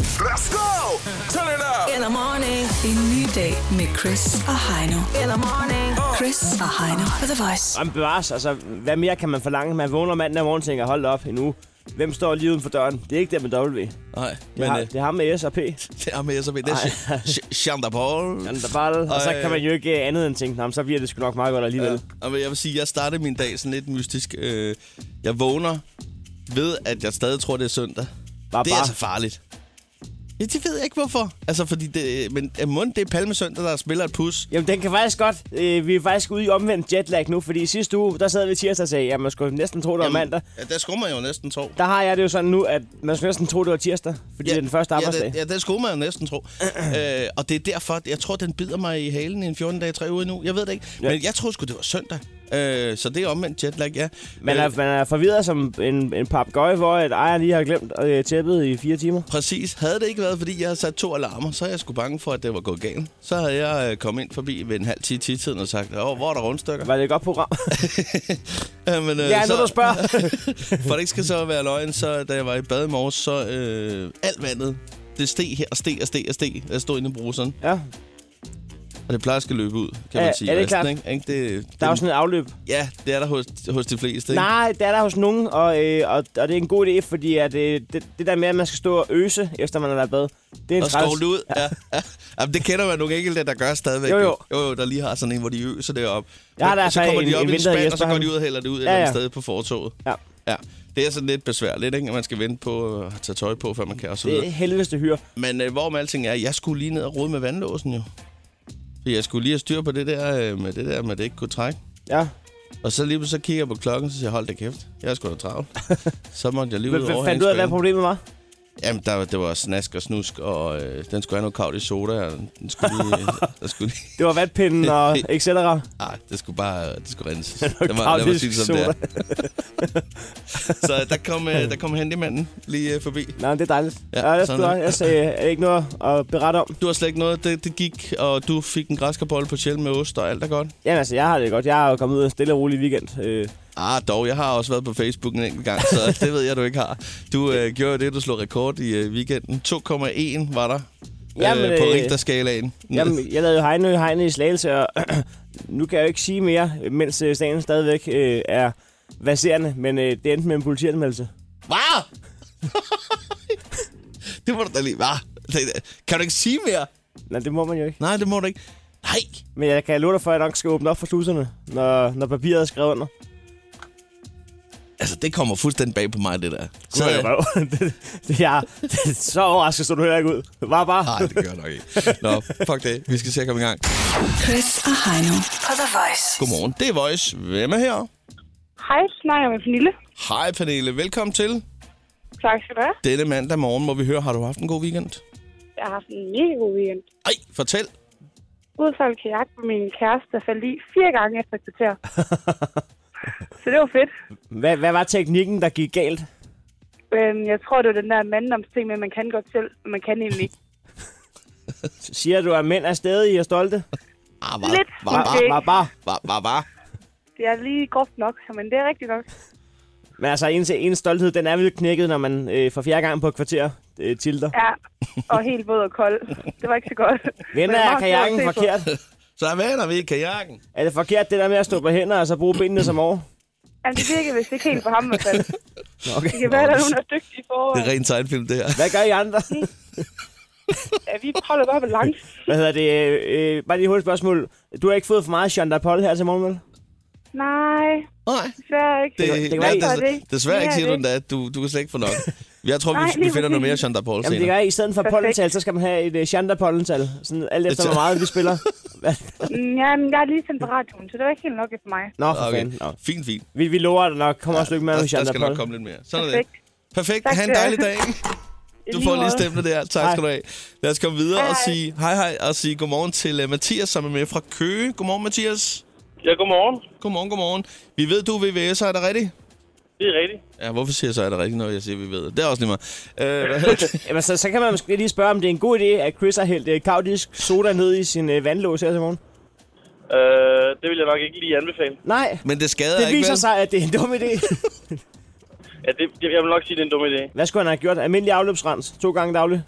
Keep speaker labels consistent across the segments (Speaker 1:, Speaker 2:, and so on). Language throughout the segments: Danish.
Speaker 1: Let's go! Turn it up!
Speaker 2: Eller morning. En ny dag med Chris og Heino. Eller morning. Chris og Heino på The Voice.
Speaker 3: Jamen bevares, altså, hvad mere kan man forlange? Man vågner mandag morgen og tænker, hold da op, en uge. Hvem står lige uden for døren? Det er ikke der med W. Det,
Speaker 4: Nej,
Speaker 3: er,
Speaker 4: men
Speaker 3: ham-
Speaker 4: øh,
Speaker 3: det er ham med S og P.
Speaker 4: det er med SAP. Det er Ch- Jean Paul.
Speaker 3: Han der bare, og så
Speaker 4: Ej.
Speaker 3: kan man jo ikke øh, andet end tænke, "Nå, men så bliver det sgu nok meget godt alligevel.
Speaker 4: Ja, men Øh, jeg vil sige, jeg startede min dag sådan lidt mystisk. Øh, Jeg vågner ved, at jeg stadig tror, det er søndag.
Speaker 3: Bare,
Speaker 4: Det er
Speaker 3: bare.
Speaker 4: altså farligt. Ja, det ved jeg ikke, hvorfor. Altså, fordi det... Men øh, mund, det er Palmesøndag, der spiller et pus.
Speaker 3: Jamen, den kan faktisk godt. Øh, vi er faktisk ude i omvendt jetlag nu, fordi i sidste uge, der sad vi tirsdag og sagde, jamen, man skulle næsten tro, det var mandag.
Speaker 4: ja, der skulle man jo næsten tro.
Speaker 3: Der har jeg det jo sådan nu, at man skulle næsten tro, det var tirsdag, fordi det er den første
Speaker 4: Ja,
Speaker 3: arbejdsdag.
Speaker 4: det, ja, det skulle man jo næsten tro. øh, og det er derfor, at jeg tror, den bider mig i halen i en 14 dage, 3 uger nu. Jeg ved det ikke.
Speaker 3: Ja.
Speaker 4: Ja. Men jeg troede sgu, det var søndag. Øh, så det er omvendt jetlag, ja. Øh,
Speaker 3: Man er, man er forvirret som en, en papgøje, hvor et ejer lige har glemt øh, tæppet i fire timer.
Speaker 4: Præcis. Havde det ikke været, fordi jeg havde sat to alarmer, så er jeg sgu bange for, at det var gået galt. Så havde jeg øh, kommet ind forbi ved en halv 10 tiden og sagt, Åh, hvor er der rundstykker?
Speaker 3: Var det et godt program?
Speaker 4: Ja, men, øh,
Speaker 3: ja, nu der spørger.
Speaker 4: for det ikke skal så være løgn, så da jeg var i bad i morges, så øh, alt vandet, det steg her og steg og steg og steg. Jeg stod inde i bruseren,
Speaker 3: ja,
Speaker 4: og det plejer at skal løbe ud, kan
Speaker 3: Ja,
Speaker 4: man sige.
Speaker 3: ja, det er
Speaker 4: Resten,
Speaker 3: klart.
Speaker 4: Ikke? Ikke? Det, det,
Speaker 3: der er jo sådan et afløb.
Speaker 4: Ja, det er der hos, hos de fleste, ikke?
Speaker 3: Nej, det er der hos nogen, og, øh, og, og det er en god idé, fordi at, øh, det, det der med, at man skal stå og øse, efter man har været i bad, det er en
Speaker 4: Og
Speaker 3: træls.
Speaker 4: skovle ud. Ja. ja. Jamen, det kender man nogle enkelte, der gør stadigvæk.
Speaker 3: Jo, jo.
Speaker 4: jo, jo der lige har sådan en, hvor de øser det op.
Speaker 3: Jeg har
Speaker 4: Men
Speaker 3: da
Speaker 4: så
Speaker 3: altså
Speaker 4: kommer
Speaker 3: en-
Speaker 4: de op
Speaker 3: en
Speaker 4: i en
Speaker 3: vinter i
Speaker 4: spand, og så går
Speaker 3: Østerhavn.
Speaker 4: de ud og hælder det ud et
Speaker 3: Ja,
Speaker 4: eller andet
Speaker 3: ja.
Speaker 4: sted på fortoget.
Speaker 3: Ja.
Speaker 4: ja. Det er sådan lidt besværligt, ikke? At man skal vente på at tage tøj på, før man kan og så
Speaker 3: Det er
Speaker 4: videre.
Speaker 3: helveste hyr.
Speaker 4: Men øh, hvorom alting er, jeg skulle lige ned og rode med vandlåsen jo. For jeg skulle lige have styr på det der, øh, med det der, med at det ikke kunne trække.
Speaker 3: Ja.
Speaker 4: Og så lige pludselig så kigger jeg på klokken, så siger jeg, hold da kæft, jeg er sgu da travlt. så måtte jeg lige ud
Speaker 3: Hvem
Speaker 4: over
Speaker 3: fandt du ud af, hvad
Speaker 4: hængespanen.
Speaker 3: problemet var?
Speaker 4: Jamen, der, var- det var snask og snusk, og øh, den skulle have noget kavt i soda, og den skulle lige... der skulle lige
Speaker 3: Det var vatpinden og etc.
Speaker 4: ah, det skulle bare... Det skulle renses. Det var,
Speaker 3: kavt i soda.
Speaker 4: så der kom, øh, der kom handymanden lige øh, forbi.
Speaker 3: Nej, det er dejligt. Ja,
Speaker 4: Ja,
Speaker 3: jeg,
Speaker 4: sådan
Speaker 3: jeg,
Speaker 4: er det.
Speaker 3: jeg sagde, er ikke noget at berette om.
Speaker 4: Du har slet ikke noget, det, det gik, og du fik en græskarbolle på sjæl med ost, og alt er godt.
Speaker 3: Jamen altså, jeg har det godt. Jeg har jo kommet ud af en stille og rolig weekend. Øh,
Speaker 4: Ah, dog, jeg har også været på Facebook en enkelt gang, så det ved jeg, du ikke har. Du øh, gjorde det, du slog rekord i øh, weekenden. 2,1 var der øh,
Speaker 3: Jamen,
Speaker 4: på
Speaker 3: øh,
Speaker 4: Richter-skalaen.
Speaker 3: Jamen, jeg lavede jo Heine, Heine i Slagelse, og nu kan jeg jo ikke sige mere, mens øh, sagen stadigvæk øh, er vaserende, men øh, det endte med en politianmeldelse.
Speaker 4: Hvad? det må du da lige... Hvad? Kan du ikke sige mere?
Speaker 3: Nej, det må man jo ikke.
Speaker 4: Nej, det må du ikke. Nej.
Speaker 3: Men jeg kan love dig for, at jeg nok skal åbne op for sluserne, når, når papiret er skrevet under.
Speaker 4: Altså, det kommer fuldstændig bag på mig, det der. øh,
Speaker 3: Så er jeg røv. det, det, jeg, det, så overrasket så du heller ikke ud. Bare bare.
Speaker 4: Nej, det gør jeg nok ikke. Nå, fuck det. Vi skal se at komme i gang.
Speaker 2: Chris og Heino på The Voice.
Speaker 4: Godmorgen. Det er Voice. Hvem er her?
Speaker 5: Hej, snakker jeg med Pernille.
Speaker 4: Hej, Pernille. Velkommen til.
Speaker 5: Tak skal du have.
Speaker 4: Denne mandag morgen må vi høre, har du haft en god weekend?
Speaker 5: Jeg har haft en mega god weekend.
Speaker 4: Ej, fortæl.
Speaker 5: Udfaldt kajak med min kæreste, der faldt i fire gange efter et kvarter. så det var fedt.
Speaker 3: Hvad, hvad var teknikken, der gik galt?
Speaker 5: Øhm, jeg tror, det var den der manddomsting med, at man kan godt selv, men man kan egentlig ikke.
Speaker 3: Siger du, at mænd er stadig og stolte?
Speaker 4: Ah, var,
Speaker 5: Lidt,
Speaker 4: var, var,
Speaker 5: måske.
Speaker 3: Bare bare.
Speaker 4: var, var, var.
Speaker 5: Det er lige groft nok, men det er rigtigt nok.
Speaker 3: Men altså, ens, ens stolthed, den er vel knækket, når man øh, for fjerde gang på et kvarter øh, tilter.
Speaker 5: Ja, og helt våd og kold. Det var ikke så godt. Men
Speaker 3: Vender
Speaker 5: det er
Speaker 3: jeg
Speaker 5: meget
Speaker 3: kajakken
Speaker 5: sjovt at se på.
Speaker 3: forkert?
Speaker 4: Så vender vi i kajakken.
Speaker 3: Er det forkert, det der med at stå på hænder og så bruge benene som over?
Speaker 5: Jamen, det virkede vist Altså, ikke helt på ham, i hvert fald.
Speaker 3: Okay.
Speaker 5: Det kan være, at der er nogen, der er dygtige i
Speaker 4: Det
Speaker 5: forvejen.
Speaker 4: er rent tegnfilm, det her.
Speaker 3: Hvad gør I andre?
Speaker 5: Ja, vi holder bare balance.
Speaker 3: Hvad hedder det? Øh, bare lige et hurtigt spørgsmål. Du har ikke fået for meget Jean Paul her til morgen, vel?
Speaker 5: Nej,
Speaker 4: Nej.
Speaker 5: desværre ikke.
Speaker 4: Det,
Speaker 3: kan- det kan
Speaker 4: det,
Speaker 3: være-
Speaker 4: nej,
Speaker 5: Hvorfor er det
Speaker 4: des,
Speaker 5: ikke?
Speaker 4: desværre
Speaker 5: Det
Speaker 4: ikke
Speaker 5: er
Speaker 4: siger
Speaker 5: det
Speaker 4: du den da, at du, du kan slet ikke få nok. Jeg tror,
Speaker 5: Nej,
Speaker 4: vi, vi
Speaker 5: lige
Speaker 4: finder noget mere
Speaker 5: præcis.
Speaker 4: Jean Paul
Speaker 3: Jamen, det gør
Speaker 4: senere.
Speaker 3: jeg. I stedet for
Speaker 5: Perfekt.
Speaker 3: pollental, så skal man have et uh, Shanda pollental. Sådan alt efter, hvor meget vi spiller.
Speaker 5: Mm, Ja, men jeg er lige sendt på radioen, så det var ikke helt nok efter mig.
Speaker 3: Nå, for okay.
Speaker 4: Ah, Okay,
Speaker 3: fanden. Nå.
Speaker 4: fint, fint.
Speaker 3: Vi, vi lover dig nok. Kom også lykke med
Speaker 4: Der,
Speaker 3: med
Speaker 4: der
Speaker 3: Shanda
Speaker 4: skal nok
Speaker 3: Paul.
Speaker 4: komme lidt mere. Sådan er det. Perfekt.
Speaker 5: Perfekt. Tak
Speaker 4: Ha' en
Speaker 5: skal du
Speaker 4: dejlig
Speaker 5: have.
Speaker 4: dag.
Speaker 5: I
Speaker 4: Du får lige
Speaker 5: måde.
Speaker 4: stemt det her. Tak
Speaker 3: Hej.
Speaker 4: skal du have. Lad os komme videre
Speaker 5: Hej,
Speaker 4: og
Speaker 5: hej.
Speaker 4: sige hej hej og sige godmorgen til uh, Mathias, som er med fra Køge. Godmorgen, Mathias.
Speaker 6: Ja, godmorgen.
Speaker 4: Godmorgen, godmorgen. Vi ved, du er VVS'er, er det rigtigt?
Speaker 6: Det er rigtigt.
Speaker 4: Ja, hvorfor siger jeg så, er det rigtigt, når jeg siger, vi ved det? Det er også lige meget. Øh, hvad hedder det?
Speaker 3: Jamen, så, så kan man måske lige spørge, om det er en god idé, at Chris har hældt uh, kaudisk soda ned i sin uh, vandlås her til morgen.
Speaker 6: Øh, det vil jeg nok ikke lige anbefale.
Speaker 3: Nej,
Speaker 4: Men det skader
Speaker 3: det
Speaker 4: ikke,
Speaker 3: viser
Speaker 4: vel?
Speaker 3: sig, at det er en dum idé.
Speaker 6: Ja, det, jeg vil nok sige, det er en dum idé.
Speaker 3: Hvad skulle han have gjort? Almindelig afløbsrens. To gange daglig.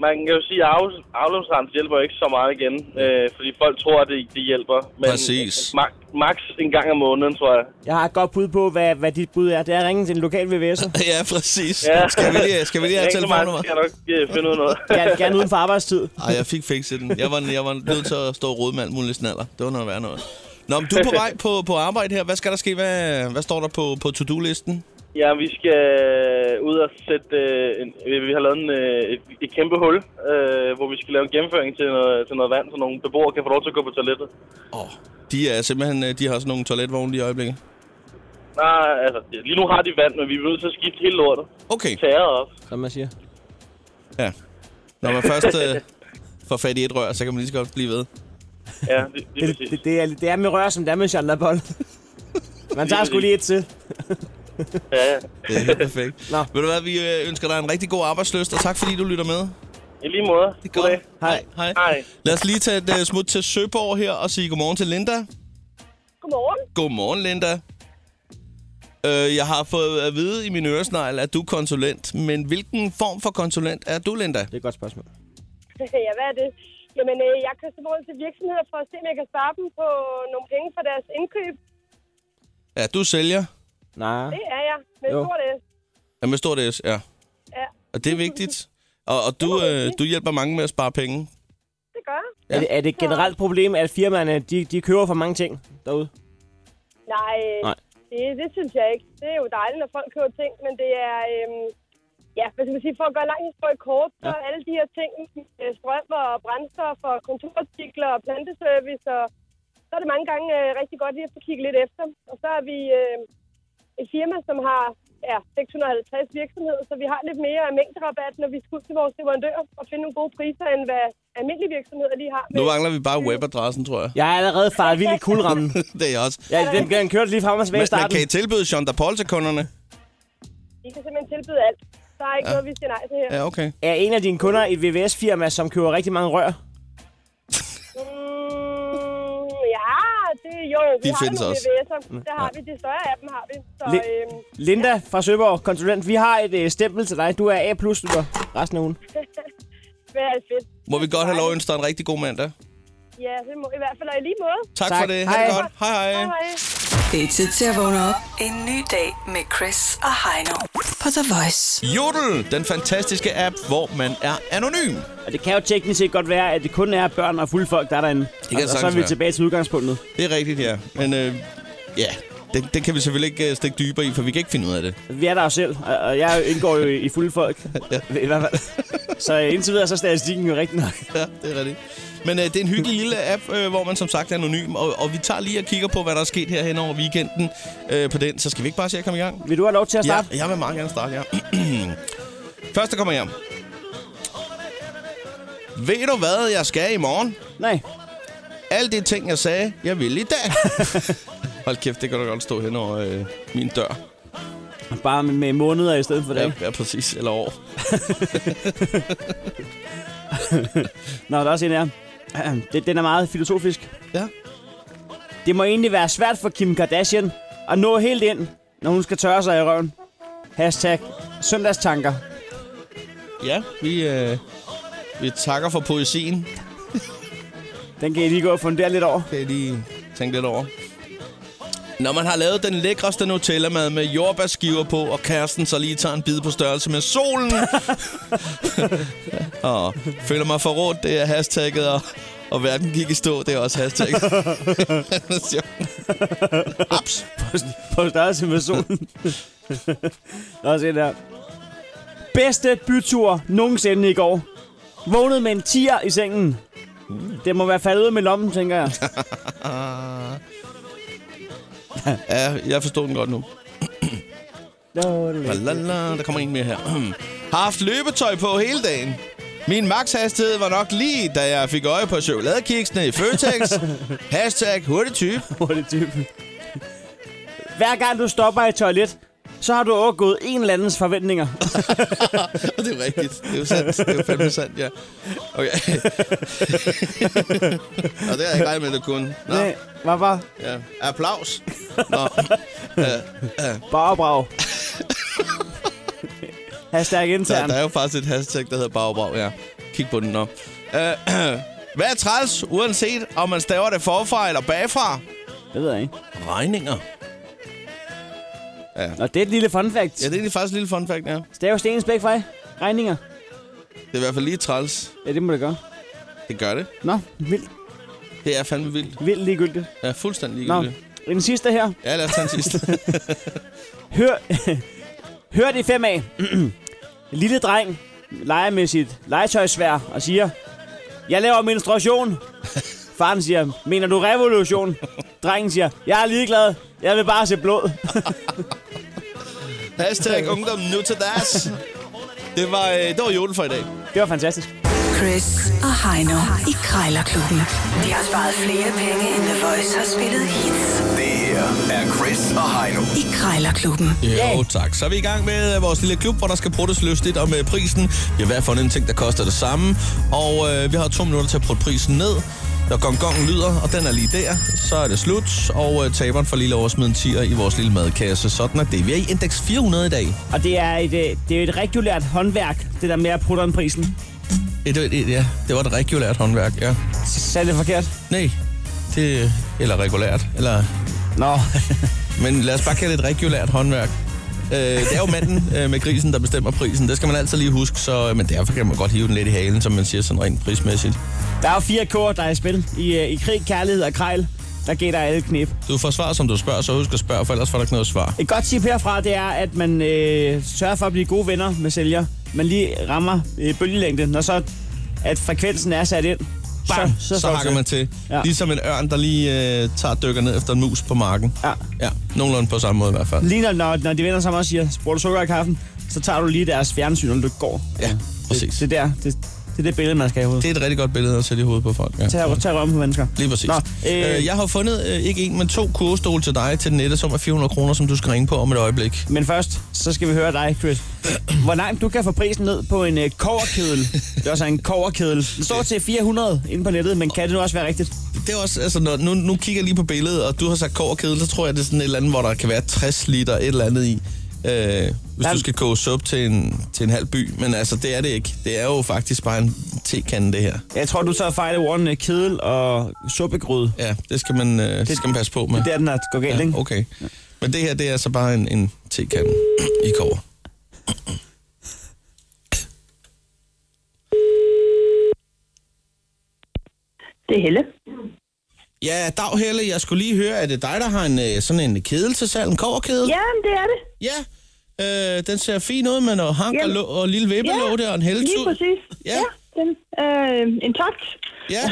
Speaker 6: man kan jo sige, at Aul- afløbsrens hjælper jo ikke så meget igen. Øh, fordi folk tror, at det, det hjælper. Men
Speaker 4: Præcis.
Speaker 6: Max, max en gang om måneden, tror jeg.
Speaker 3: Jeg har et godt bud på, hvad, hvad dit bud er. Det er at ringe til en lokal VVS'er.
Speaker 4: Ja, præcis.
Speaker 6: Ja.
Speaker 4: Skal vi lige, skal vi lige have
Speaker 6: Rigtig
Speaker 4: telefonnummer?
Speaker 6: Altså, meget skal jeg nok øh, finde ud af noget.
Speaker 3: Gerne, gerne uden for arbejdstid.
Speaker 4: Ej, jeg fik fikset den. Jeg var, jeg var nødt til at stå og rode med alt muligt snaller. Det var noget værre noget. Nå, men du er på vej på, på arbejde her. Hvad skal der ske? Hvad, hvad står der på, på to-do-listen?
Speaker 6: Ja, vi skal ud og sætte... Øh, en, vi- vi har lavet en, øh, et, et kæmpe hul, øh, hvor vi skal lave en gennemføring til noget, til noget vand, så nogle beboere kan få lov til at gå på toilettet.
Speaker 4: Åh, de er simpelthen, øh, de har sådan nogle toiletvogne lige i øjeblikket.
Speaker 6: Nej, altså, lige nu har de vand, men vi er nødt til at skifte hele lortet.
Speaker 4: Okay,
Speaker 6: Tæret op.
Speaker 3: Som man siger.
Speaker 4: ja. Når man først øh, får fat i et rør, så kan man lige så godt blive ved.
Speaker 6: Ja, det, det,
Speaker 3: Det,
Speaker 6: præcis.
Speaker 3: det, det, er, det er med rør, som det er med Jean Man tager sgu lige et til.
Speaker 6: Ja, ja.
Speaker 4: Det er helt perfekt.
Speaker 3: Nå.
Speaker 4: Nå. Ved du hvad, vi øh, ønsker dig en rigtig god arbejdsløst, og tak fordi du lytter med.
Speaker 6: I lige måde.
Speaker 4: Det
Speaker 6: Goddag.
Speaker 3: Hej.
Speaker 4: Hej.
Speaker 6: Hej.
Speaker 4: Lad os lige tage et øh, smut til Søborg her og sige godmorgen til Linda.
Speaker 7: Godmorgen.
Speaker 4: Godmorgen, Linda. Øh, jeg har fået at vide i min øresnegl, at du er konsulent. Men hvilken form for konsulent er du, Linda?
Speaker 3: Det er et godt spørgsmål.
Speaker 7: ja, hvad er det? Jamen, øh, jeg kører simpelthen rundt til virksomheder for at se, om jeg kan spare dem på nogle penge for deres indkøb.
Speaker 4: Ja, du sælger.
Speaker 3: Nej.
Speaker 7: Det er jeg. Men
Speaker 3: Jo.
Speaker 7: stort S.
Speaker 4: Ja, med stort S, ja.
Speaker 7: Ja,
Speaker 4: Og det er vigtigt. Og, og du, øh, du hjælper mange med at spare penge.
Speaker 7: det gør jeg.
Speaker 3: Er, det, er det et generelt problem, at firmaerne de, de køber for mange ting derude?
Speaker 7: Nej, øh,
Speaker 3: Nej.
Speaker 7: Nej. Det, det synes jeg ikke. Det er jo dejligt, når folk køber ting, men det er... Øhm, ja, hvad skal man sige, for at gøre lang historie kort, så ja. alle de her ting, øh, strøm og brændstof og kontorartikler og planteservice, og så er det mange gange øh, rigtig godt lige at få kigge lidt efter. Og så er vi øh, et firma, som har ja, 650 virksomheder, så vi har lidt mere mængderabat, når vi skal ud til vores leverandører og finde nogle gode priser, end hvad almindelige virksomheder lige har.
Speaker 4: Nu mangler vi bare webadressen, tror jeg.
Speaker 3: Jeg er allerede faret vildt i kuldrammen.
Speaker 4: det er jeg også.
Speaker 3: Ja, den, den kørte lige frem og tilbage i
Speaker 4: Men, men
Speaker 3: starten.
Speaker 4: kan I tilbyde Jean de Paul til kunderne?
Speaker 7: de kan simpelthen tilbyde alt. Der er ikke ja. noget, vi siger nej til her.
Speaker 4: Ja, okay.
Speaker 3: Er en af dine kunder et VVS-firma, som køber rigtig mange rør?
Speaker 7: Mm, ja, det jo. Vi
Speaker 4: De
Speaker 7: har
Speaker 4: findes
Speaker 7: nogle
Speaker 4: også. Mm,
Speaker 7: VVS'er. Det har vi. De større af dem har vi. Så
Speaker 3: Lidt.
Speaker 7: øhm,
Speaker 3: Linda fra Søborg, konsulent, vi har et øh, stempel til dig. Du er A+, du resten af ugen.
Speaker 7: hvad er det fedt.
Speaker 4: Må vi godt have lov at ønske dig en rigtig god mandag.
Speaker 7: Ja, det må i hvert fald. Og i lige måde.
Speaker 4: Tak,
Speaker 3: Tak.
Speaker 4: for det. Ha' det
Speaker 3: Hej.
Speaker 4: godt. Hej hej.
Speaker 7: Hej.
Speaker 2: Det er tid til at vågne op. En ny dag med Chris og Heino på The Voice.
Speaker 4: Jodel, den fantastiske app, hvor man er anonym.
Speaker 3: Og det kan jo teknisk set godt være, at det kun er børn og fulde folk, der er derinde.
Speaker 4: kan
Speaker 3: og, og så er
Speaker 4: sagtens
Speaker 3: vi
Speaker 4: være.
Speaker 3: tilbage til udgangspunktet.
Speaker 4: Det er rigtigt, ja. Men øh, ja, den, den kan vi selvfølgelig ikke øh, stikke dybere i, for vi kan ikke finde ud af det.
Speaker 3: Vi er der jo selv, og- og jeg indgår jo i i fulde folk. I hvert fald. Så øh, indtil videre, så er statistikken jo rigtig nok.
Speaker 4: Ja, det er rigtigt. Men øh, det er en hyggelig lille app, øh, hvor man som sagt er anonym, og, og vi tager lige og kigger på, hvad der er sket her hen over weekenden øh, på den. Så skal vi ikke bare se at komme i gang?
Speaker 3: Vil du have lov til at
Speaker 4: Ja,
Speaker 3: starte?
Speaker 4: jeg vil meget gerne starte, ja. Først, der kommer jeg. Ved du, hvad jeg skal i morgen?
Speaker 3: Nej.
Speaker 4: Alle de ting, jeg sagde, jeg ville i dag. Hold kæft, det kan da godt stå hen over øh, min dør.
Speaker 3: Bare med, med måneder i stedet for dag.
Speaker 4: Ja, ja, præcis. Eller år.
Speaker 3: Nå, der er også en her. Det, den er meget filosofisk.
Speaker 4: Ja.
Speaker 3: Det må egentlig være svært for Kim Kardashian at nå helt ind, når hun skal tørre sig i røven. Hashtag søndagstanker.
Speaker 4: Ja, vi, øh, vi takker for poesien.
Speaker 3: Den kan I lige gå og fundere lidt over.
Speaker 4: Kan jeg lige tænke lidt over. Når man har lavet den lækreste Nutella-mad med jordbærskiver på, og kæresten så lige tager en bid på størrelse med solen. og føler mig for råd, det er hashtagget, og, og verden gik i stå, det er også hashtagget. Ups.
Speaker 3: På størrelse med solen. der er også en her. Bedste bytur nogensinde i går. Vågnet med en tiger i sengen. Det må være faldet ud med lommen, tænker jeg.
Speaker 4: Ja, jeg forstod den godt nu.
Speaker 3: Lolala.
Speaker 4: La, la, la. Der kommer en mere her. Har haft løbetøj på hele dagen. Min makshastighed var nok lige, da jeg fik øje på chokoladekiksene i Føtex. Hashtag hurtig type.
Speaker 3: hurtig type. Hver gang du stopper i toilet, så har du overgået en eller andens forventninger.
Speaker 4: Og det er jo rigtigt. Det er jo sandt. Det er jo fandme sandt, ja. Okay. Nå, det har jeg ikke regnet med, du kunne. Nå,
Speaker 3: Nej, hvad var?
Speaker 4: ja. Applaus. Nå.
Speaker 3: Bare brav. Hashtag
Speaker 4: Der,
Speaker 3: intern.
Speaker 4: der er jo faktisk et hashtag, der hedder Bagbrag, ja. Kig på den op. Øh, hvad er træls, uanset om man staver det forfra eller bagfra?
Speaker 3: Det ved jeg ikke.
Speaker 4: Regninger.
Speaker 3: Nå, det er et lille fun fact.
Speaker 4: Ja, det er egentlig faktisk et lille fun fact, ja.
Speaker 3: Stav stenens bæk fra Regninger.
Speaker 4: Det er i hvert fald lige træls.
Speaker 3: Ja, det må det gøre.
Speaker 4: Det gør det.
Speaker 3: Nå, vildt,
Speaker 4: Det er fandme vildt.
Speaker 3: vildt ligegyldigt.
Speaker 4: Ja, fuldstændig
Speaker 3: Nå,
Speaker 4: ligegyldigt.
Speaker 3: den sidste her.
Speaker 4: Ja, lad os tage en sidste.
Speaker 3: Hør, hør de fem af. Lille dreng leger med sit legetøjsvær og siger, jeg laver menstruation. Faren siger, mener du revolution? Drengen siger, jeg er ligeglad. Jeg vil bare se blod.
Speaker 4: Hashtag ungdom nu til deres. Det var, øh, det var julen for i dag.
Speaker 3: Det var fantastisk.
Speaker 2: Chris og Heino i Krejlerklubben. De har sparet flere penge, end The Voice har spillet hits
Speaker 8: Det her er Chris og Heino.
Speaker 2: i Krejlerklubben.
Speaker 4: Jo, tak. Så er vi i gang med øh, vores lille klub, hvor der skal bruges lystigt om øh, prisen. Vi har hver fundet en ting, der koster det samme. Og øh, vi har to minutter til at putte prisen ned. Når gongongen lyder, og den er lige der, så er det slut. Og øh, taberen får lige lov at smide en tier i vores lille madkasse. Sådan er det. Vi er i indeks 400 i dag.
Speaker 3: Og det er et, øh, det er et regulært håndværk, det der med at putte om prisen.
Speaker 4: Et, et, et, ja, det var et regulært håndværk, ja.
Speaker 3: Sagde det forkert?
Speaker 4: Nej, det... Eller regulært. Eller
Speaker 3: Nå,
Speaker 4: Men lad os bare kalde det et regulært håndværk. Øh, det er jo manden øh, med grisen, der bestemmer prisen. Det skal man altid lige huske, så, øh, men derfor kan man godt hive den lidt i halen, som man siger sådan rent prismæssigt.
Speaker 3: der er jo fire kår, der er i spil. I, øh, i krig, kærlighed og krejl, der gælder alle knep.
Speaker 4: Du får svar, som du spørger, så husk at spørge, for ellers får du ikke noget svar.
Speaker 3: Et godt tip herfra, det er, at man øh, sørger for at blive gode venner med sælger. Man lige rammer øh, bølgelængden, når så at frekvensen er sat ind.
Speaker 4: Bam! Så, så,
Speaker 3: slår
Speaker 4: så
Speaker 3: det
Speaker 4: hakker
Speaker 3: til.
Speaker 4: man til. Ja.
Speaker 3: Ja.
Speaker 4: Ligesom en ørn, der lige øh, tager og dykker ned efter en mus på marken.
Speaker 3: Ja.
Speaker 4: ja. Nogenlunde på samme måde i hvert fald.
Speaker 3: Lige når, når, når de vender sammen og siger, bruger du sukker i kaffen, så tager du lige deres fjernsyn, når du går.
Speaker 4: Ja, præcis.
Speaker 3: Det, det, er der, det, det er det billede, man skal have i hovedet.
Speaker 4: Det er et rigtig godt billede at sætte i hovedet på folk. Ja.
Speaker 3: Tag, tag røven på mennesker.
Speaker 4: Lige præcis. Nå,
Speaker 3: Nå,
Speaker 4: øh...
Speaker 3: øh,
Speaker 4: Øh, jeg har fundet øh, ikke en, men to kurvestole til dig til den nette sum af 400 kroner, som du skal ringe på om et øjeblik.
Speaker 3: Men først, så skal vi høre dig, Chris. Hvor langt du kan få prisen ned på en øh, koverkedel. Det er også en koverkedel. Den står til 400 inde på nettet, men kan det nu også være rigtigt?
Speaker 4: Det er også, altså, når, nu, nu kigger jeg lige på billedet, og du har sagt kog og kedel, så tror jeg, det er sådan et eller andet, hvor der kan være 60 liter et eller andet i. Øh, hvis
Speaker 3: Jamen.
Speaker 4: du skal koge suppe til en, til en halv by. Men altså, det er det ikke. Det er jo faktisk bare en tekande, det her.
Speaker 3: Jeg tror, du tager fejl af ordene kedel og suppegryde.
Speaker 4: Ja, det skal man, øh, det skal man passe på med.
Speaker 3: Det er der, den er går galt, ikke?
Speaker 4: ja, okay. Men det her, det er altså bare en, en tekande i kover.
Speaker 5: Det er Helle.
Speaker 4: Ja, dag Helle, jeg skulle lige høre, er det dig, der har en, øh, sådan en kedel til salg? En koverkedel?
Speaker 5: Ja, men det er det.
Speaker 4: Ja. Øh, den ser fin ud med noget hank og,
Speaker 5: Jamen.
Speaker 4: lå, og lille vippelåg der og en hældetud.
Speaker 5: Lige præcis.
Speaker 4: Ja.
Speaker 5: ja den, øh, intakt.
Speaker 4: Ja.